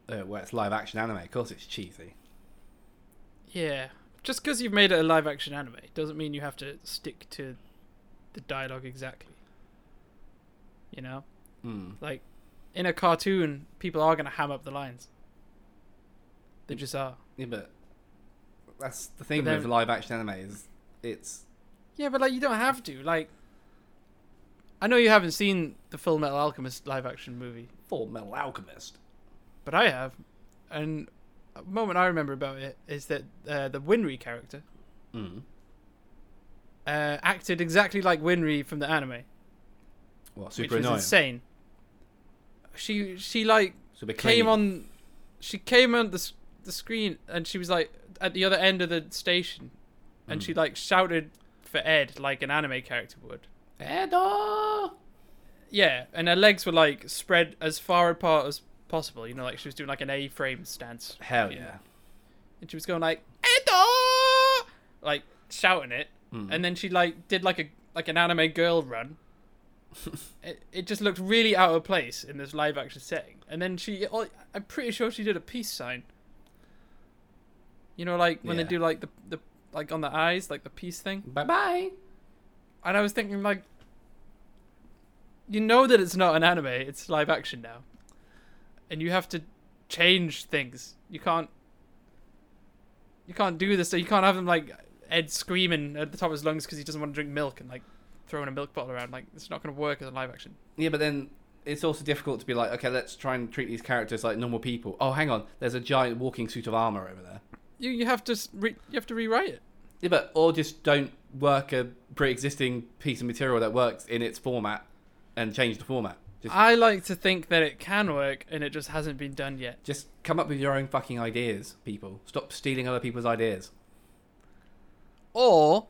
B: uh, where it's live action anime. Of course, it's cheesy.
C: Yeah. Just because you've made it a live action anime doesn't mean you have to stick to the dialogue exactly. You know?
B: Mm.
C: Like, in a cartoon, people are going to ham up the lines. They just are.
B: Yeah, but that's the thing
C: But
B: with
C: then-
B: live action anime is it's
C: Yeah, but, like, you don't have to. Like, I know you haven't seen the Full Metal Alchemist live action movie,
B: Full Metal Alchemist.
C: but I have. And a moment I remember about it is that uh, the Winry character
B: Mm.
C: uh, acted exactly like Winry from the anime.
B: What
C: which
B: super
C: was
B: annoying.
C: insane. She she like
B: Super
C: came
B: clean.
C: on, she came on the s- the screen and she was like at the other end of the station, and
B: Mm.
C: she like shouted for Ed like an anime character would.
B: Edo.
C: Yeah, and her legs were like spread as far apart as possible. You know, like she was doing like an A-frame stance,
B: Hell yeah.
C: and she was going like Edo, like shouting it, and then she like did like a like an anime girl run. it, it just looked really out of place in this live action setting. And then she, oh, I'm pretty sure she did a peace sign. You know, like when
B: Yeah.
C: they do like the the like on the eyes, like the peace thing.
B: Bye bye.
C: And I was thinking like, you know that it's not an anime; it's live action now, and you have to change things. You can't. You can't do this. So you can't have them like Ed screaming at the top of his lungs because he doesn't want to drink milk and like throwing a milk bottle around. Like it's not going to work as a live action.
B: Yeah, but then it's also difficult to be like, okay, let's try and treat these characters like normal people. Oh, hang on, there's a giant walking suit of armor over there.
C: You you have to s- re- you have to rewrite it.
B: Yeah, but or just don't work a pre-existing piece of material that works in its format and change the format. Just
C: I like to think that it can work and it just hasn't been done yet.
B: Just come up with your own fucking ideas, people. Stop stealing other people's ideas.
C: Or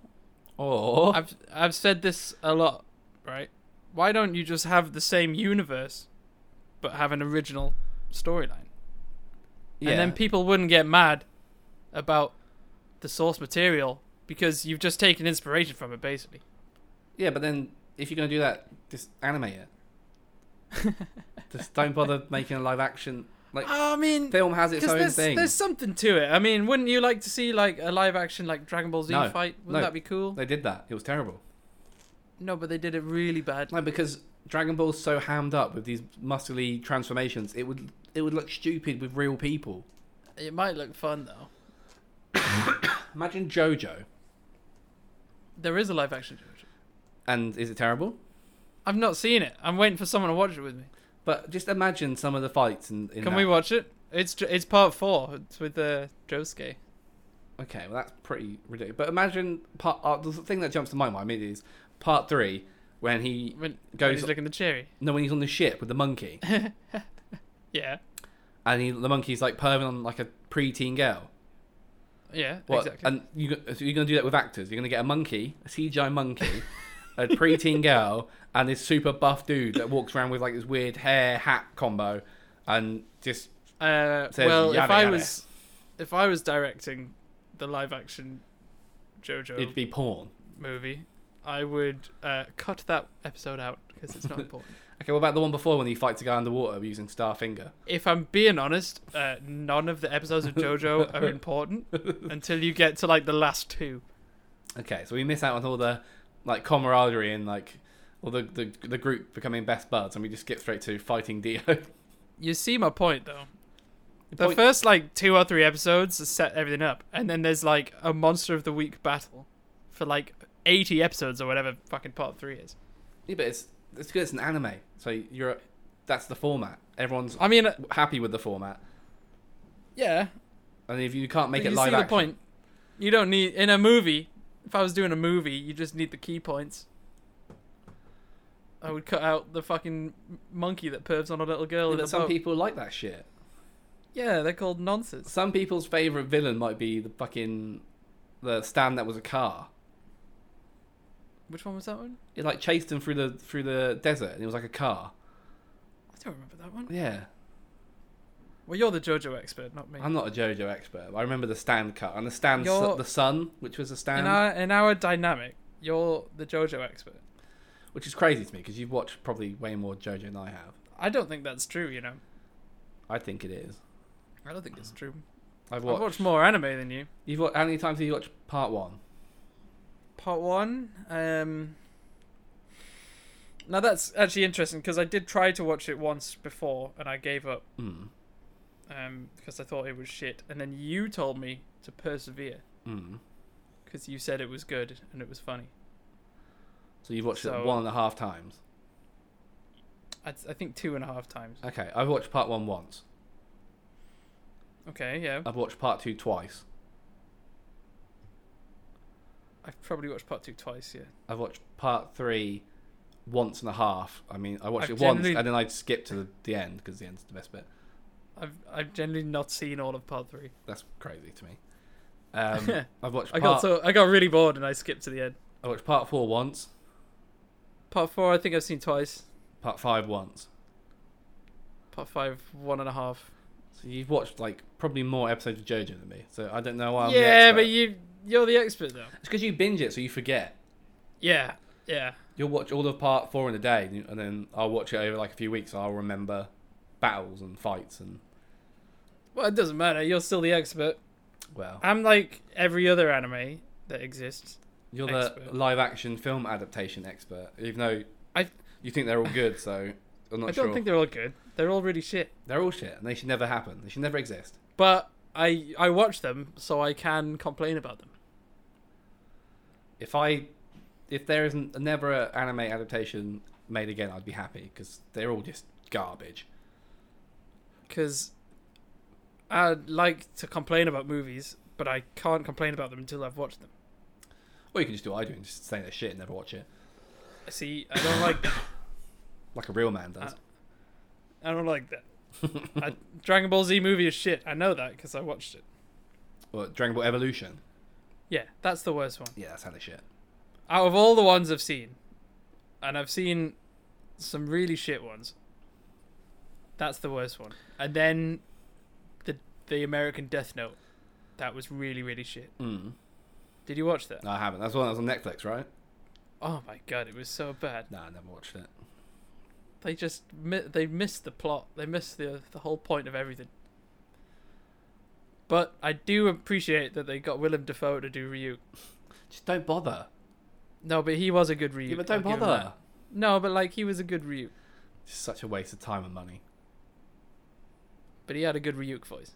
B: Or
C: I've I've said this a lot, right? Why don't you just have the same universe, but have an original storyline,
B: yeah,
C: and then people wouldn't get mad about the source material because you've just taken inspiration from it, basically.
B: yeah, but then if you're gonna do that, just animate it. just don't bother making a live action. Like
C: I mean,
B: film has its
C: because
B: own
C: there's,
B: thing.
C: there's something to it. I mean, wouldn't you like to see like a live action like Dragon Ball Z
B: No,
C: fight? Wouldn't
B: no.
C: that be cool?
B: They did that. It was terrible.
C: No, but they did it really bad.
B: No, because Dragon Ball's so hammed up with these muscly transformations, it would it would look stupid with real people.
C: It might look fun though.
B: Imagine JoJo.
C: There is a live action. version.
B: And is it terrible?
C: I've not seen it. I'm waiting for someone to watch it with me.
B: But just imagine some of the fights in, in
C: Can
B: that.
C: we watch it? It's ju- it's part four. It's with uh, Josuke.
B: Okay, well that's pretty ridiculous. But imagine part uh, the thing that jumps to my mind is part three when he
C: When
B: Goes-
C: goes looking the cherry.
B: no when he's on the ship with the monkey
C: Yeah,
B: and he, the monkey's like perving on like a preteen girl.
C: yeah,
B: What-
C: exactly.
B: And you go- so you're gonna do that with actors? You're gonna get a monkey, a CGI monkey, a preteen girl, and this super buff dude that walks around with like this weird hair hat combo, and just
C: uh,
B: says
C: well, if
B: yada
C: I
B: yada.
C: was if I was directing the live action JoJo
B: it'd be porn.
C: movie, I would uh, cut that episode out because it's not important.
B: Okay, what about the one before when he fights a guy underwater using Starfinger?
C: If I'm being honest, uh, none of the episodes of JoJo are important until you get to like the last two.
B: Okay, so we miss out on all the like camaraderie and like all the the, the group becoming best buds, and we just get straight to fighting Dio.
C: You see my point though. The
B: Point-
C: first like two or three episodes set everything up, and then there's like a monster of the week battle for like eighty episodes or whatever fucking part three is.
B: yeah, but it's it's good. It's an anime, so you're that's the format. Everyone's
C: I mean, uh,
B: happy with the format,
C: yeah,
B: and if you can't make
C: but
B: it
C: you
B: live
C: see the
B: action,
C: point. You don't need in a movie. If I was doing a movie, you just need the key points. I would cut out the fucking monkey that pervs on a little girl.
B: yeah,
C: in
B: but
C: a
B: some
C: boat.
B: people like that shit.
C: yeah, they're called nonsense.
B: Some people's favorite villain might be the fucking the stand that was a car.
C: Which one was that one?
B: It like chased him through the through the desert, and it was like a car.
C: I don't remember that one.
B: Yeah,
C: Well, you're the JoJo expert, not me.
B: I'm not a JoJo expert. But I remember the stand car and the stand
C: You're-
B: the sun, which was a
C: in
B: stand,
C: our in our dynamic, you're the JoJo expert.
B: which is crazy to me because you've watched probably way more JoJo than I have.
C: I don't think that's true. You know,
B: I think it is.
C: I don't think it's true.
B: I've
C: I've
B: watched.
C: watched more anime than you.
B: You've watched. How many times have you watched part one?
C: Part one. Um. Now that's actually interesting because I did try to watch it once before and I gave up
B: Mm.
C: um, because I thought it was shit. And then you told me to persevere
B: Mm.
C: because you said it was good and it was funny.
B: So you've watched
C: So-
B: it one and a half times.
C: I, I think two and a half times.
B: Okay, I've watched part one once.
C: Okay, yeah.
B: I've watched part two twice.
C: I've probably watched part two twice, yeah.
B: I've watched part three once and a half. I mean, I watched
C: I've
B: it once
C: generally-
B: and then I skipped to the, the end because the end's the best bit.
C: I've I've generally not seen all of part three.
B: That's crazy to me. Um, I've watched
C: I
B: part,
C: got so I got really bored and I skipped to the end.
B: I watched part four once,
C: Part four I think I've seen twice.
B: part five once.
C: Part five one and a half.
B: So you've watched like probably more episodes of JoJo than me. So I don't know why. I'm
C: yeah,
B: the
C: but
B: expert.
C: you you're the expert though.
B: it's because you binge it, so you forget.
C: Yeah, yeah.
B: You'll watch all of part four in a day, and you- and then I'll watch it over like a few weeks. So I'll remember battles and fights and
C: Well, it doesn't matter. You're still the expert.
B: well.
C: I'm like every other anime that exists.
B: You're the
C: expert.
B: live action film adaptation expert, even though
C: I-
B: you think they're all good, so I'm not
C: I don't
B: sure.
C: think they're all good. They're all really shit.
B: they're all shit and they should never happen. They should never exist.
C: But I I watch them so I can complain about them.
B: If I if there isn't never an anime adaptation made again, I'd be happy because they're all just garbage.
C: because I like to complain about movies, but I can't complain about them until I've watched them.
B: Or you can just do what I do and just say they're shit and never watch it,
C: See, I don't like that.
B: like a real man does.
C: Uh, I don't like that. I, Dragon Ball Z movie is shit. I know that because I watched it.
B: or Dragon Ball Evolution.
C: Yeah, that's the worst one.
B: Yeah, that's how they shit.
C: Out of all the ones I've seen, and I've seen some really shit ones. That's the worst one. And then the the American Death Note. That was really really shit.
B: Mm.
C: Did you watch that?
B: No, I haven't. That's the one that was on Netflix, right?
C: Oh my god, it was so bad.
B: No, I never watched it.
C: They just mi- they missed the plot. They missed the the whole point of everything. But I do appreciate that they got Willem Dafoe to do Ryuk.
B: Just don't bother.
C: No, but he was a good Ryuk.
B: Yeah, but don't
C: I'll give him
B: bother.
C: that. No, but like he was a good Ryuk.
B: It's such a waste of time and money.
C: But he had a good Ryuk voice.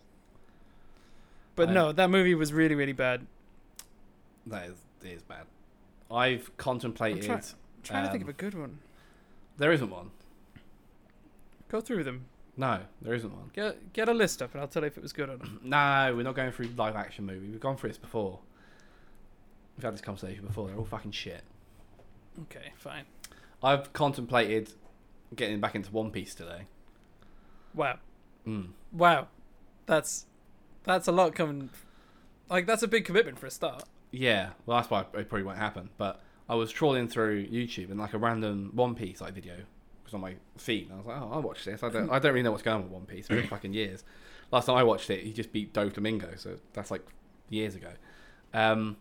C: But
B: I-
C: no, that movie was really really bad.
B: That is, it is bad. I've
C: I'm
B: contemplated.
C: try- I'm trying to think of
B: Um,
C: a good one.
B: There isn't one.
C: Go through them.
B: No, there isn't one.
C: Get get a list up, and I'll tell you if it was good or not.
B: No, we're not going through live action movie. We've gone through this before. We've had this conversation before. They're all fucking shit.
C: Okay, fine.
B: I've contemplated getting back into One Piece today.
C: Wow,
B: Mm.
C: wow, that's that's a lot coming. Like that's a big commitment for a start.
B: Yeah, well, that's why it probably won't happen. But I was trawling through YouTube and like a random One Piece like video was on my feed, and I was like, oh, I watched this. I don't, I don't really know what's going on with One Piece. It's been fucking years. Last time I watched it, he just beat Doflamingo, so that's like years ago. Um,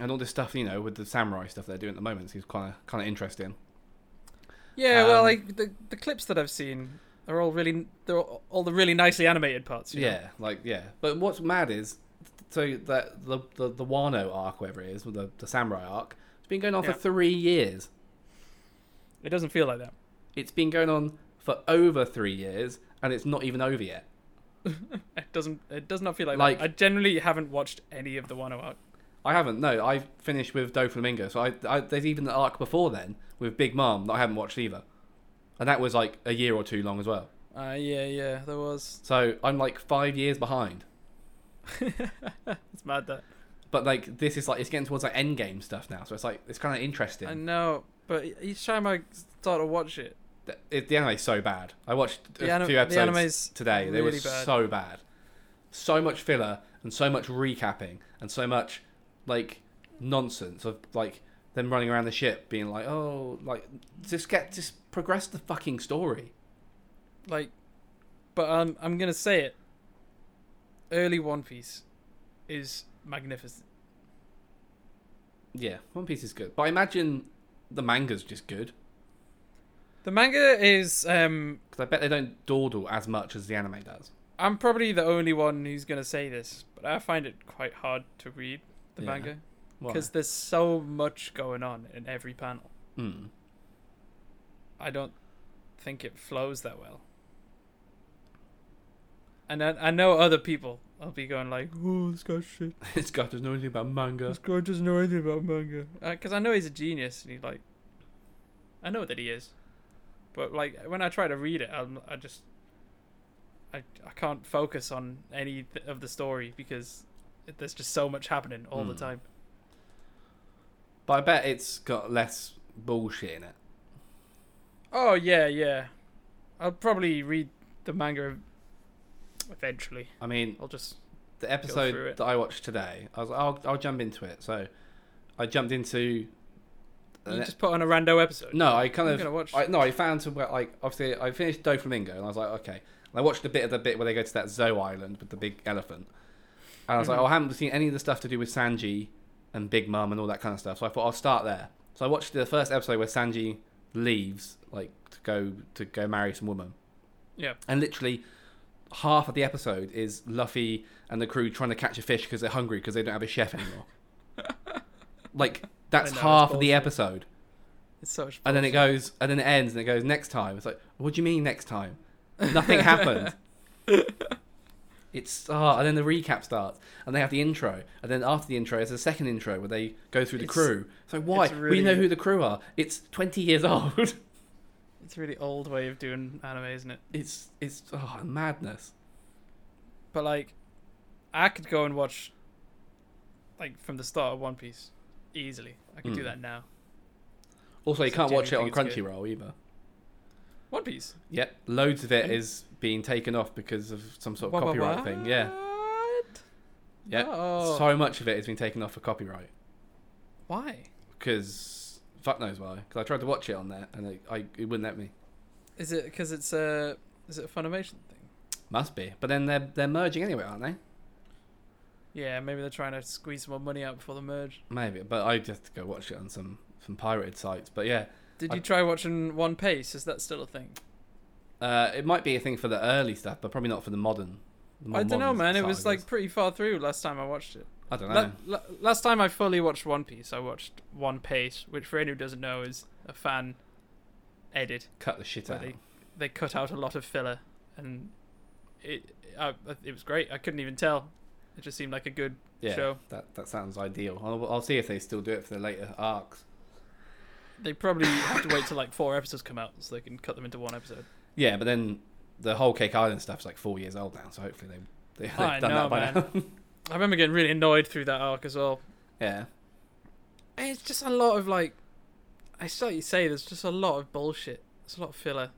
B: and all this stuff, you know, with the samurai stuff they're doing at the moment seems kind of kind of interesting.
C: Yeah, well,
B: Um,
C: like the the clips that I've seen are all really they're all, all the really nicely animated parts. you know?
B: Yeah, like yeah. But what's mad is so that the the, the Wano arc, whatever it is, with the, the samurai arc, it's been going on
C: Yeah.
B: for three years.
C: it doesn't feel like that.
B: It's been going on for over three years, and it's not even over yet.
C: It doesn't. It does not feel like,
B: Like-
C: that. I generally haven't watched any of the one oh arc.
B: I haven't. No, I finished with Doflamingo. So I, I, there's even the arc before then with Big Mom that I haven't watched either, and that was like a year or two long as well.
C: Uh, yeah, yeah, there was.
B: So I'm like five years behind.
C: It's mad that
B: But like this is like it's getting towards like end game stuff now. So it's like it's kind of interesting.
C: I know, but e-, each time I start to watch it,
B: The, it, the anime's so bad. I watched a
C: The ani-
B: few
C: the
B: episodes
C: anime's
B: today. they were
C: really bad.
B: so bad, so much filler and so much recapping and so much like nonsense of like them running around the ship being like, oh, like just get just progress the fucking story.
C: like but um i'm gonna say it early one piece is magnificent
B: Yeah, One Piece is good, but I imagine the manga's just good
C: the manga is um
B: because I bet they don't dawdle as much as the anime does.
C: i'm probably the only one who's gonna say this but i find it quite hard to read the
B: Yeah.
C: manga
B: Why?
C: because there's so much going on in every panel
B: Hmm.
C: i don't think it flows that well and I, I know other people will be going like oh this guy's shit
B: this guy doesn't know anything about manga.
C: This guy doesn't know anything about manga. Because Uh, I know he's a genius, and he like, I know that he is, but like when I try to read it, I'm, I just, I I can't focus on any th- of the story because it- there's just so much happening all the
B: Hmm.
C: time.
B: But I bet it's got less bullshit in it.
C: Oh yeah, yeah. I'll probably read the manga ev- eventually.
B: I mean,
C: I'll just
B: the
C: through
B: episode
C: it.
B: that I watched today, I was like, "Oh, I'll, I'll jump into it. So I jumped into. e-
C: you just put on a rando episode.
B: Uh, no, I kind
C: I'm
B: of.
C: gonna watch
B: I, no, I found to where, like, obviously, I finished Doflamingo and I was like, okay. And I watched a bit of the bit where they go to that zoo island with the big elephant. And I was like,
C: Mhm.
B: oh, I haven't seen any of the stuff to do with Sanji and Big Mum and all that kind of stuff. So I thought I'll start there. So I watched the first episode where Sanji leaves, like, to go to go marry some woman.
C: Yeah.
B: And literally, half of the episode is Luffy and the crew trying to catch a fish because they're hungry because they don't have a chef anymore. like that's
C: I know,
B: half
C: it's
B: of the
C: bullshit.
B: episode,
C: It's such.
B: and then it goes, and then it ends, and it goes next time. It's like, what do you mean next time? Nothing happened. It's ah, and then the recap starts, and they have the intro, and then after the intro, it's a second intro where they go through the
C: It's-
B: crew. So why
C: it's really-
B: we know who the crew are? It's twenty years old.
C: It's a really old way of doing anime, isn't it?
B: it's it's oh madness.
C: But like, I could go and watch, like from the start of One Piece, easily. I could do
B: Mm.
C: that now.
B: Also, you
C: So
B: can't
C: do you
B: watch it on
C: think it's good?
B: Crunchyroll either.
C: One Piece.
B: Yep, loads of it
C: And-
B: is being taken off because of some sort of
C: Wha- wha-
B: copyright thing. Yeah,
C: what? Oh.
B: yeah.
C: No.
B: So much of it has been taken off for copyright
C: Why?
B: because fuck knows why. Because I tried to watch it on there and it, I, it wouldn't let me.
C: Is it because it's a is it a Funimation thing?
B: Must be. But then they're they're merging anyway, aren't they?
C: Yeah, maybe they're trying to squeeze some more money out before the merge.
B: Maybe. But I just go watch it on some some pirated sites. But yeah,
C: Did
B: I-
C: you try watching One Piece? Is that still a thing?
B: uh, it might be a thing for the early stuff, but probably not for the modern. the more
C: I don't know,
B: modern
C: man. It was like
B: sagas.
C: pretty far through last time I watched it.
B: I don't know.
C: La- la- last time I fully watched One Piece, I watched One Piece, which for anyone who doesn't know is a fan edit
B: Cut the shit
C: where
B: out.
C: they they cut out a lot of filler, and it I, it was great. I couldn't even tell. It just seemed like a good
B: Yeah,
C: show.
B: that that sounds ideal. I'll, I'll see if they still do it for the later arcs.
C: They probably have to wait till like four episodes come out so they can cut them into one episode.
B: Yeah, but then the whole Cake Island stuff's like four years old now, so hopefully they, they, they've
C: I
B: done
C: know,
B: that by now.
C: I remember getting really annoyed through that arc as well.
B: yeah.
C: And it's just a lot of like, I just like you say, there's just a lot of bullshit. There's a lot of filler.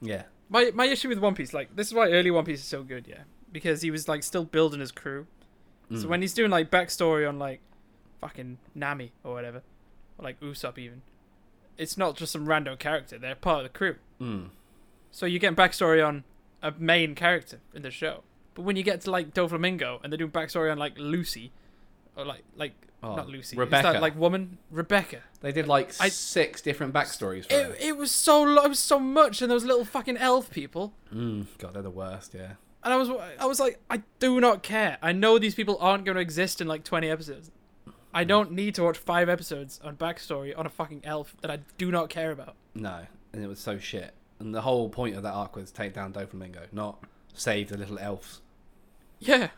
B: Yeah.
C: My my issue with One Piece, like this is why early One Piece is so good, yeah, because he was like still building his crew. So
B: Mm.
C: when he's doing like backstory on like fucking Nami or whatever, or like Usopp even, it's not just some random character. They're part of the crew.
B: Mm.
C: So you're getting backstory on a main character in the show. But when you get to like Doflamingo and they're doing backstory on like Lucy, or like like
B: Oh,
C: not Lucy, Is
B: Rebecca.
C: that like woman Rebecca?
B: They did like
C: I-
B: six different backstories for
C: It,
B: it.
C: it was so lo- it was so much, and those little fucking elf people.
B: Mm. God, they're the worst, yeah.
C: And I was I was like, I do not care. I know these people aren't going to exist in like 20 episodes. I
B: Mm.
C: don't need to watch five episodes on backstory on a fucking elf that I do not care about.
B: No. And it was so shit. And the whole point of that arc was take down Doflamingo, not save the little elves.
C: Yeah,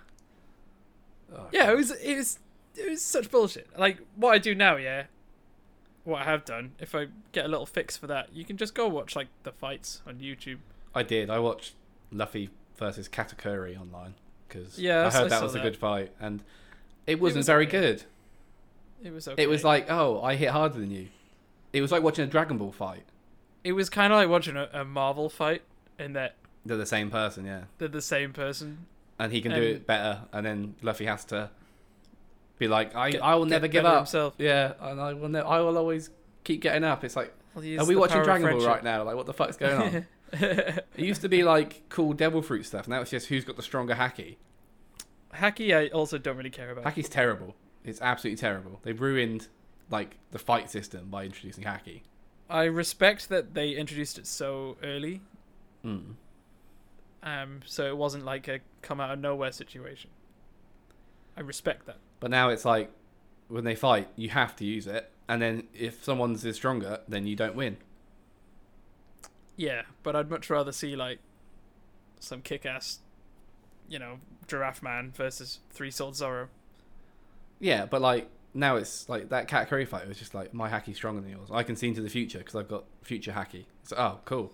B: Oh,
C: yeah.
B: God.
C: It was it was it was such bullshit. Like what I do now, yeah. What I have done, if I get a little fix for that, you can just go watch like the fights on YouTube.
B: I did. I watched Luffy versus Katakuri online because
C: Yeah,
B: I
C: I-
B: heard
C: I
B: that
C: saw
B: was a
C: that.
B: good fight, and it wasn't
C: was
B: very
C: okay.
B: good.
C: It was okay.
B: It was like, oh, I hit harder than you. It was like watching a Dragon Ball fight.
C: it was kind of like watching a, a Marvel fight in that
B: They're the same person, yeah.
C: they're the same person.
B: and he can do
C: Um,
B: it better. And then Luffy has to Be like, I,
C: Get-
B: I will
C: get
B: never give
C: better
B: up.
C: himself.
B: Yeah, and I will. Ne- I will always keep getting up. It's like,
C: Well, he
B: are
C: is
B: we
C: the
B: watching
C: power of
B: Dragon Ball
C: friendship.
B: right now? Like, what the fuck's going on? it used to be like cool devil fruit stuff. Now it's just who's got the stronger hacky.
C: Hacky, I also don't really care about.
B: Hacky's terrible. It's absolutely terrible. They've ruined like the fight system by introducing hacky.
C: I respect that they introduced it so early,
B: Mm.
C: um, so it wasn't like a come out of nowhere situation. I respect that.
B: But now it's like when they fight, you have to use it, and then if someone's is stronger, then you don't win.
C: Yeah, but I'd much rather see like some kick-ass, you know, Giraffe Man versus Three Souled Zorro.
B: Yeah, but like now it's like that cat curry fight was just like my hacky's stronger than yours. I can see into the future because I've got future hacky. It's like, oh cool,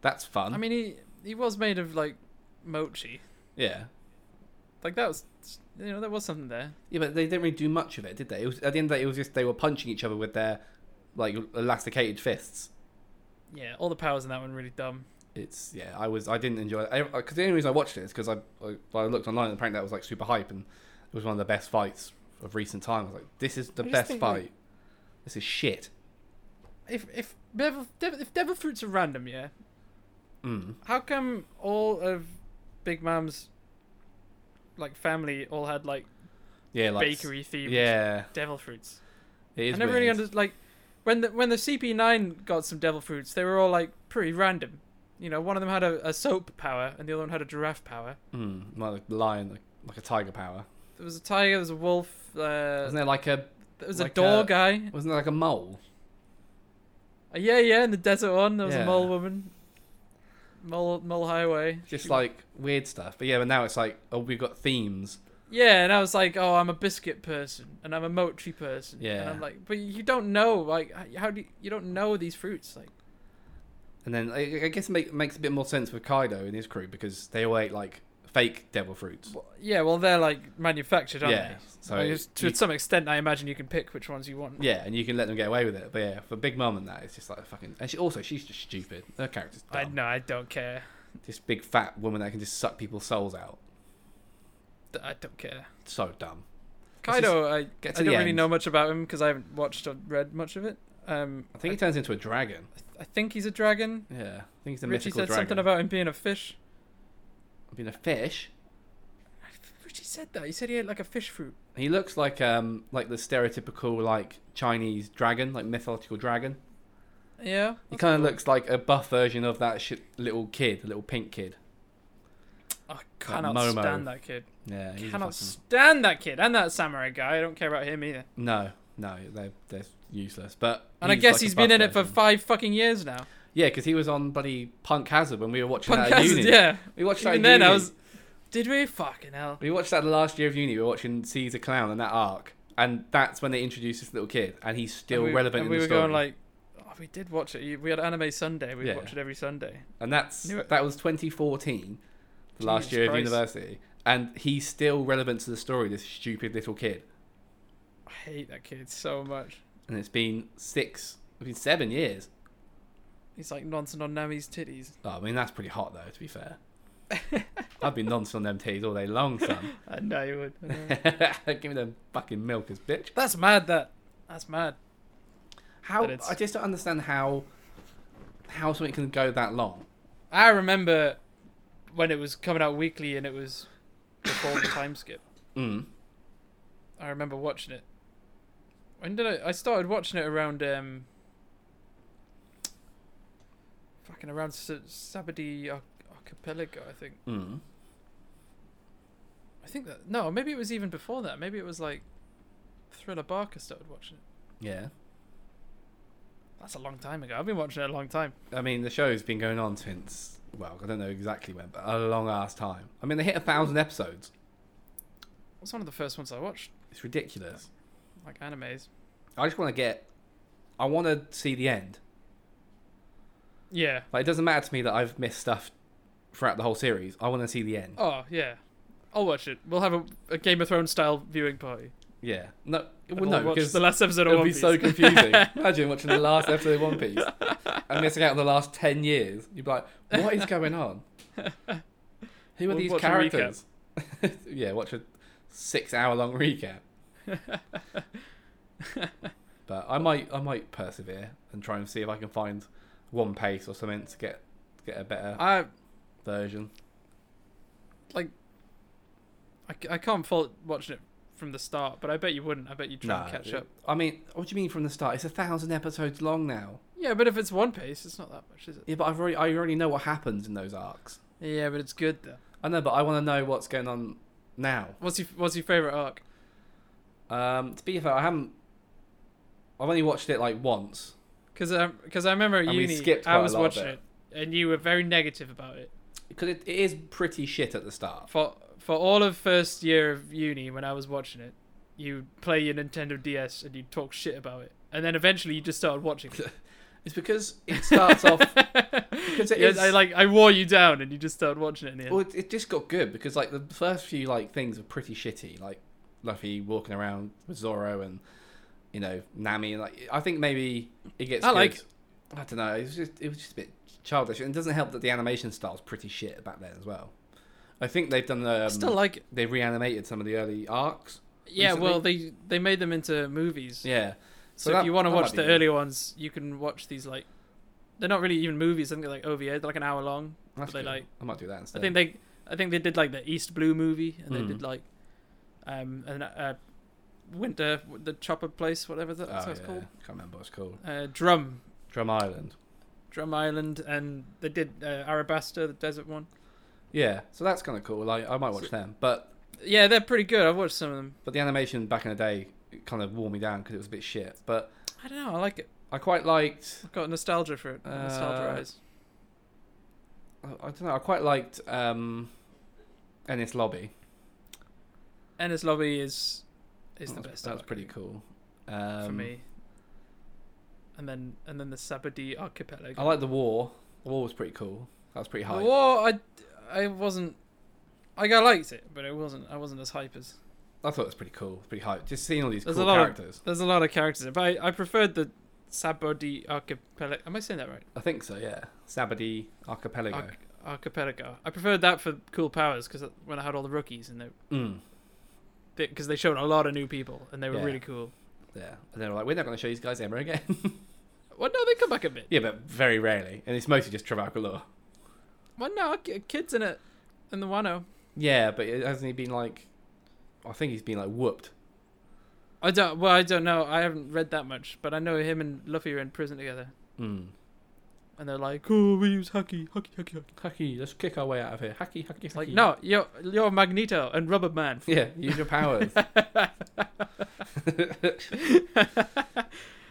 B: that's fun.
C: I mean, he he was made of like mochi.
B: yeah,
C: Like that was, you know, there was something there.
B: yeah, but they didn't really do much of it, did they? It was, at the end of the day, it was just they were punching each other with their like elasticated fists.
C: Yeah, all the powers in that one really dumb.
B: It's yeah, I was I didn't enjoy it because the only reason I watched it is because I, I I looked online and apparently that was like super hype and it was one of the best fights of recent time. I was like, this is the
C: I just
B: best
C: think,
B: fight.
C: like-
B: This is shit.
C: If if devil, devil if devil fruits are random, yeah,
B: Mm.
C: How come all of Big Mom's like family all had like,
B: Yeah, like
C: bakery themed
B: Yeah,
C: devil fruits?
B: it
C: I
B: is.
C: never really
B: weird.
C: understood like when the when the CP9 got some devil fruits, they were all like pretty random. You know, one of them had a, a soap power and the other one had a giraffe power.
B: Mm, like a lion, like, like a tiger power.
C: There was a tiger, there was a wolf, uh,
B: Wasn't there like a
C: there was
B: like
C: a door
B: a-
C: guy.
B: wasn't there like a mole?
C: Uh, yeah, yeah, in the desert one, there was
B: Yeah.
C: a mole woman. Mole, mole highway.
B: Just
C: She-
B: like weird stuff. But yeah, but now it's like oh, we've got themes.
C: Yeah, and I was like, oh, I'm a biscuit person, and I'm a mochi person. and
B: Yeah.
C: I'm like, but you don't know, like, h- how do you, you don't know these fruits? Like,
B: And then I, I guess it make, makes a bit more sense with Kaido and his crew because they all ate like fake devil fruits.
C: w yeah, well, they're like manufactured, aren't
B: yeah.
C: they?
B: So
C: Like,
B: it-
C: it's- to
B: you-
C: some extent, I imagine you can pick which ones you want.
B: yeah, and you can let them get away with it. But yeah, for Big Mum and that, it's just like a fucking. And she also she's just stupid. Her character's
C: I
B: dumb.
C: no, I don't care.
B: This big fat woman that can just suck people's souls out.
C: D- I don't care.
B: So dumb. just
C: Kaido, I,
B: get to
C: I
B: the
C: don't really
B: end.
C: know much about him because I haven't watched or read much of it. Um,
B: I think he turns into a dragon.
C: I, I think he's a dragon.
B: Yeah, I think he's a
C: Richie
B: mythical
C: said
B: dragon.
C: something about him being a fish.
B: being a fish.
C: Richie said that. He said he ate like a fish fruit.
B: He looks like um like the stereotypical like Chinese dragon, like mythological dragon.
C: Yeah.
B: He
C: that's
B: kind of
C: cool.
B: looks like a buff version of that sh- little kid, the little pink kid.
C: I cannot
B: Momo.
C: stand that kid.
B: Yeah, he's a
C: cannot
B: fucking-
C: stand that kid and that samurai guy. I don't care about him either.
B: No, no, they're they're useless. But
C: And I
B: he's
C: guess
B: like a
C: he's
B: buff
C: been in it for
B: version.
C: five fucking years now.
B: yeah, because he was on bloody Punk Hazard when we were watching
C: Punk
B: that at
C: hazard,
B: uni.
C: yeah.
B: We watched that.
C: Even
B: at
C: then, I
B: uni.
C: was. Did we fucking hell?
B: We watched that the last year of uni. We were watching Caesar Clown and that arc, and that's when they introduced this little kid, and he's still
C: And we,
B: relevant
C: And
B: in
C: we
B: the
C: were
B: story.
C: going like, oh, we did watch it. We had Anime Sunday. We
B: Yeah.
C: watch it every Sunday.
B: and that's
C: Knew it.
B: that was 2014, the last
C: Jesus
B: year
C: Christ.
B: of university, and he's still relevant to the story. This stupid little kid,
C: I hate that kid so much.
B: and it's been six, it's been seven years.
C: He's like nonsense on Nami's titties.
B: Oh, I mean, that's pretty hot though. To be fair, I've been nonce on them teas all day long, son.
C: I know you would. I know.
B: Give me them fucking milkers, bitch.
C: That's mad. That. That's mad.
B: How
C: But it's-
B: I just don't understand how how something can go that long.
C: I remember when it was coming out weekly and it was before the time skip.
B: Mm.
C: I remember watching it. When did I? I started watching it around um. Fucking around S- Sabadi Arch- Archipelago, I think.
B: Mm.
C: I think that no, maybe it was even before that. Maybe it was like Thriller Barker started watching it.
B: Yeah.
C: That's a long time ago. I've been watching it a long time.
B: I mean, the show's been going on since, well, I don't know exactly when, but a long ass time. I mean, they hit a thousand episodes.
C: It was one of the first ones I watched,
B: It's ridiculous.
C: like animes.
B: I just want to get, I want to see the end.
C: Yeah.
B: Like, it doesn't matter to me that I've missed stuff throughout the whole series. I want to see the end.
C: Oh yeah. I'll watch it. We'll have a, a Game of Thrones style viewing party.
B: Yeah. No,
C: And
B: well,
C: we'll
B: no,
C: watch
B: because
C: the last episode of
B: it would
C: One
B: be
C: Piece.
B: so confusing. Imagine watching the last episode of One Piece and missing out on the last 10 years. You'd be like, what is going on? Who are
C: We'll
B: these
C: watch a recap.
B: characters? yeah, watch a six hour long recap. But I might I might persevere and try and see if I can find one pace or something to get get a better
C: I
B: version.
C: like I, c- I can't fault watching it from the start, but I bet you wouldn't. I bet you'd try and catch up.
B: I mean, what do you mean from the start? It's a thousand episodes long now.
C: Yeah, but if it's one piece, it's not that much, is it?
B: Yeah, but I've already I already know what happens in those arcs.
C: Yeah, but it's good though.
B: I know, but I want to know what's going on now.
C: What's your What's your favorite arc?
B: Um, to be fair, I haven't. I've only watched it like once.
C: Because because um, I remember at
B: And we
C: uni,
B: skipped
C: I
B: quite a
C: was
B: lot of
C: watching it.
B: it.
C: and you were very negative about it.
B: because it, it is pretty shit at the start.
C: For for all of first year of uni, when I was watching it, you play your Nintendo DS and you talk shit about it, and then eventually you just started watching. it.
B: It's because it starts off. Because it
C: Yeah,
B: is-
C: I like I wore you down, and you just started watching it. In the end.
B: Well, it, it just got good because like the first few like things are pretty shitty, like Luffy walking around with Zoro and you know Nami. and, Like I think maybe it gets.
C: I like
B: good. I don't know. It was just it was just a bit childish, and it doesn't help that the animation style's pretty shit back then as well. I think they've done um, the.
C: I still like it.
B: they reanimated some of the early arcs.
C: Yeah,
B: recently.
C: well they they made them into movies.
B: Yeah.
C: So,
B: that-
C: if you want to
B: that
C: watch
B: might
C: the
B: be good.
C: earlier ones, you can watch these like they're not really even movies. I think they're like OVA. They're like an hour long.
B: That's
C: they
B: good.
C: like-
B: I might do that
C: I
B: instead.
C: think they I think they did like the East Blue movie, and
B: Mhm.
C: they did like um an uh, Winter the Chopper Place, whatever that, that's
B: Oh,
C: what it's
B: yeah.
C: called.
B: Can't remember what it's called.
C: Uh, Drum
B: Drum Island.
C: Drum Island, and they did uh, Arabasta, the desert one.
B: Yeah, so that's kind of cool. Like I might watch them, but
C: Yeah, they're pretty good. I've watched some of them.
B: but the animation back in the day it kind of wore me down because it was a bit shit. But
C: I don't know. I like it.
B: I quite liked.
C: I've got nostalgia for it.
B: Uh,
C: nostalgia eyes.
B: I I don't know. I quite liked um, Ennis Lobby.
C: Ennis Lobby is is the
B: That was-
C: best.
B: That was
C: arc
B: pretty cool. Um,
C: for me. And then and then the Sabadi Archipelago.
B: I like the war. The war was pretty cool. That was pretty
C: The
B: high.
C: war, I I wasn't. Like I liked it, but it wasn't. I wasn't as hype as.
B: I thought it was pretty cool. Pretty high. Just seeing all these
C: There's
B: cool
C: a lot of-
B: characters.
C: There's a lot of characters, but I, I preferred the Sabadi Archipelago. Am I saying that right?
B: I think so. Yeah. Sabadi Archipelago.
C: Arch- archipelago. I preferred that for cool powers because when I had all the rookies and they
B: mm.
C: because they, showed a lot of new people and they were
B: Yeah.
C: really cool.
B: Yeah. And they were like, we're not going to show these guys ever again.
C: Well, no, they come back a bit.
B: yeah, but very rarely, and it's mostly just Travaco lore.
C: Well, no, k- kids in it in the oh. Wano.
B: Yeah, but it- hasn't he been like? I think he's been like whooped.
C: I don't. Well, I don't know. I haven't read that much, but I know him and Luffy are in prison together.
B: Mm.
C: and they're like, "Oh, we use hockey, hockey, hockey, hockey."
B: Hacky, let's kick our way out of here. Hacky, hacky,
C: Like,
B: hacky.
C: no, you're you're Magneto and Rubber Man.
B: Yeah, use your powers.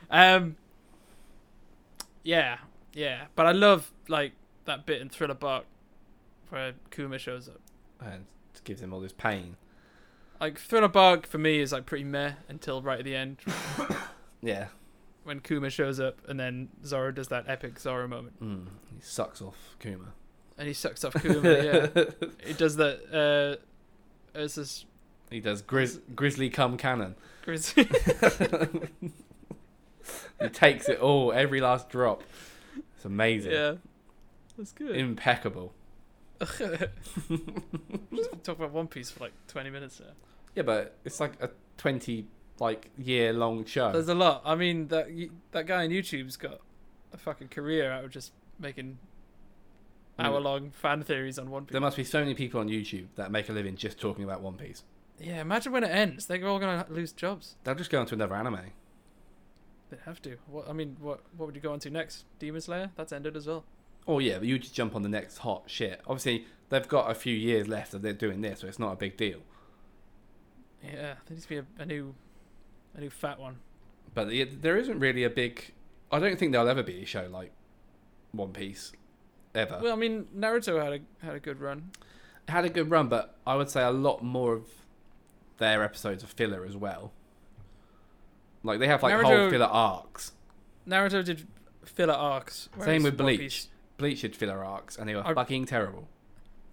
C: um, yeah, yeah, but I love like that bit in Thriller Bark where Kuma shows up.
B: and it gives him all this pain.
C: Like Thriller Bark for me is like pretty meh until right at the end
B: Yeah.
C: when Kuma shows up and then Zoro does that epic Zoro moment
B: Mm. He sucks off Kuma.
C: and he sucks off Kuma. yeah, he does that. Uh, it's this
B: He does grizz- grizzly cum cannon.
C: Grizz-
B: He takes it all, every last drop. It's amazing.
C: Yeah, that's good.
B: Impeccable.
C: Just talk about One Piece for like 20 minutes there.
B: Yeah, but it's like a twenty like year long show.
C: There's a lot. I mean, that y- that guy on YouTube's got a fucking career out of just making
B: Mm.
C: hour long fan theories on One Piece.
B: there must be so many people on YouTube that make a living just talking about One Piece.
C: yeah, imagine when it ends. They're all gonna lose jobs.
B: They'll just go on to another anime.
C: They have to. What I mean, what what would you go on to next? Demon Slayer. That's ended as well.
B: Oh yeah, but you just jump on the next hot shit. Obviously, they've got a few years left of they're doing this, so it's not a big deal.
C: Yeah, there needs to be a, a new, a new fat one.
B: But the- there isn't really a big. I don't think there'll ever be a show like One Piece, ever.
C: Well, I mean, Naruto had a had a good run.
B: it had a good run, but I would say a lot more of their episodes are filler as well. Like they have like
C: Naruto-
B: whole filler arcs.
C: Naruto did filler arcs.
B: Same
C: whereas
B: with
C: One
B: Bleach.
C: Piece-
B: Bleach had filler arcs, and they were
C: I-
B: fucking terrible.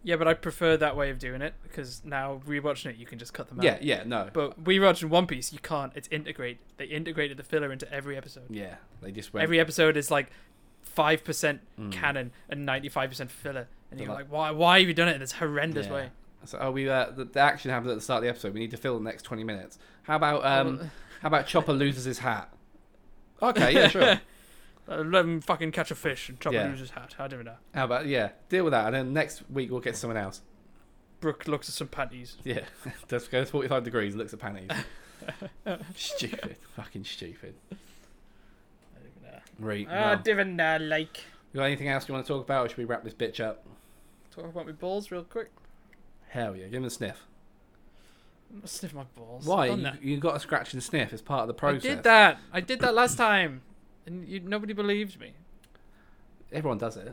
C: Yeah, but I prefer that way of doing it because now rewatching it, you can just cut them out.
B: Yeah, yeah, no,
C: But rewatching One Piece, you can't. It's integrate. They integrated the filler into every episode.
B: yeah, they just went.
C: Every episode is like five percent
B: Mm.
C: canon and ninety five percent filler, and
B: They're
C: you're
B: like-
C: like, why? Why have you done it in this horrendous
B: Yeah.
C: way?
B: So, oh, we uh, the, the action happens at the start of the episode. We need to fill the next twenty minutes. How about um,
C: Oh.
B: how about Chopper loses his hat? Okay, yeah, sure.
C: Uh, let him fucking catch a fish and chop
B: Yeah.
C: yeah. his hat. I don't know.
B: How about yeah, deal with that, and then next week we'll get someone else.
C: Brooke looks at some panties.
B: Yeah, just goes forty five degrees, looks at panties. stupid, fucking stupid.
C: I don't know.
B: Right,
C: Ah,
B: well,
C: don't know, like.
B: you got anything else you want to talk about, or should we wrap this bitch up?
C: Talk about my balls real quick.
B: Hell yeah, give him a sniff.
C: I'm gonna sniff my balls.
B: Why?
C: I've done
B: You,
C: that.
B: you got to scratch and sniff. It's part of the
C: I
B: process.
C: did that. I did that last time, and you, nobody believed me.
B: Everyone does it.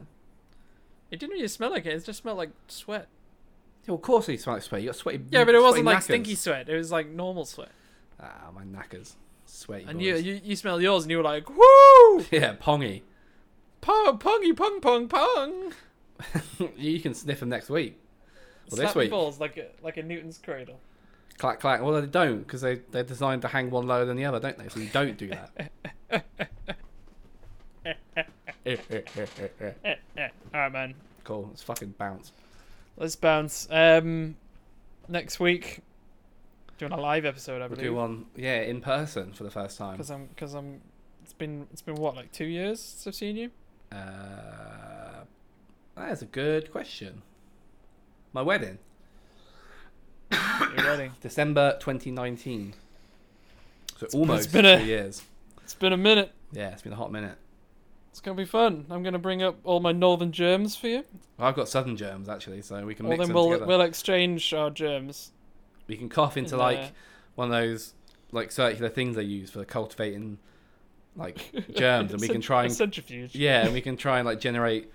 C: It didn't really smell like it. It just smelled like sweat.
B: Yeah, well, of course he smells sweaty. You got sweaty.
C: Yeah, but it wasn't
B: sweaty
C: like
B: knackers.
C: stinky sweat. It was like normal sweat.
B: Ah, my knackers, sweaty.
C: And
B: boys.
C: you, you, you smelled yours, and you were like, "Woo,
B: yeah, pongy.
C: pong, pongy, pong, pong, pong."
B: you can sniff them next week. Well,
C: Slap
B: this
C: my
B: week,
C: balls like a, like a Newton's cradle.
B: clack clack. Well, they don't because they they're designed to hang one lower than the other, don't they? So you don't do that.
C: Eh, eh. All right, man.
B: cool. Let's fucking bounce.
C: Let's bounce. Um, next week, doing a live episode, I
B: We'll
C: believe.
B: do one, yeah, in person for the first time.
C: Because I'm, because I'm. It's been, it's been what, like two years since I've seen you.
B: Uh, that is a good question. My wedding,
C: You're ready.
B: December 2019. So almost
C: been a-
B: two years.
C: It's been a minute.
B: Yeah, it's been a hot minute.
C: It's gonna be fun. I'm gonna bring up all my northern germs for you.
B: Well, I've got southern germs actually, so we can
C: Well, then
B: mix them
C: we'll
B: together.
C: we'll exchange our germs.
B: We can cough into
C: in,
B: like
C: uh,
B: one of those like circular things they use for cultivating like germs, and we can
C: Cent-
B: try
C: a
B: and
C: centrifuge.
B: yeah, and we can try and like generate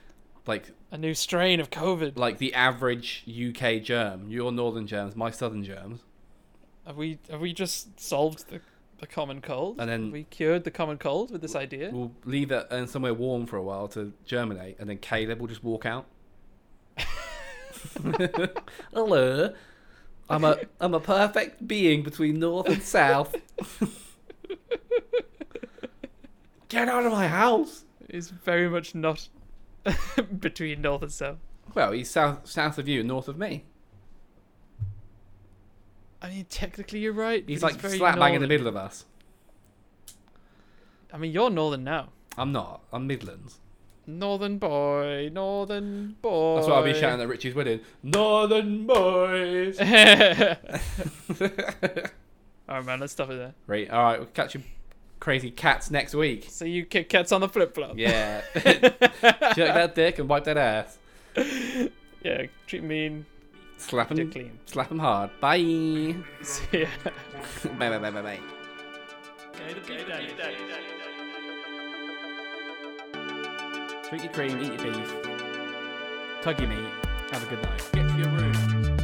B: like
C: A new strain of COVID.
B: like the average UK germ, your northern germs, my southern germs,
C: Have we have we just solved the, the common cold?
B: and then
C: we cured the common cold with this idea.
B: we'll leave it in somewhere warm for a while to germinate, and then Caleb will just walk out. Hello, I'm a I'm a perfect being between north and south. Get out of my house!
C: It's very much not between north and south.
B: Well, he's south south of you, north of me.
C: I mean, technically you're right.
B: He's
C: but
B: like slap bang in the middle of us.
C: northern. I mean, you're northern now.
B: I'm not. I'm Midlands.
C: Northern boy, northern boy.
B: That's why I'll be shouting at Richie's wedding. Northern boys.
C: All right, man. Let's stop it there.
B: right. All right. We'll catch you crazy cats next week.
C: So you kick cats on the flip flop.
B: Yeah. Jerk that dick and wipe that ass.
C: yeah. Treat mean,
B: Slap
C: dick
B: him.
C: clean.
B: Slap him hard. Bye.
C: See ya.
B: bye. Bye. Bye. Bye. Bye.
A: Drink your cream, eat your beef. Tug your meat. Have a good night. Get to your room.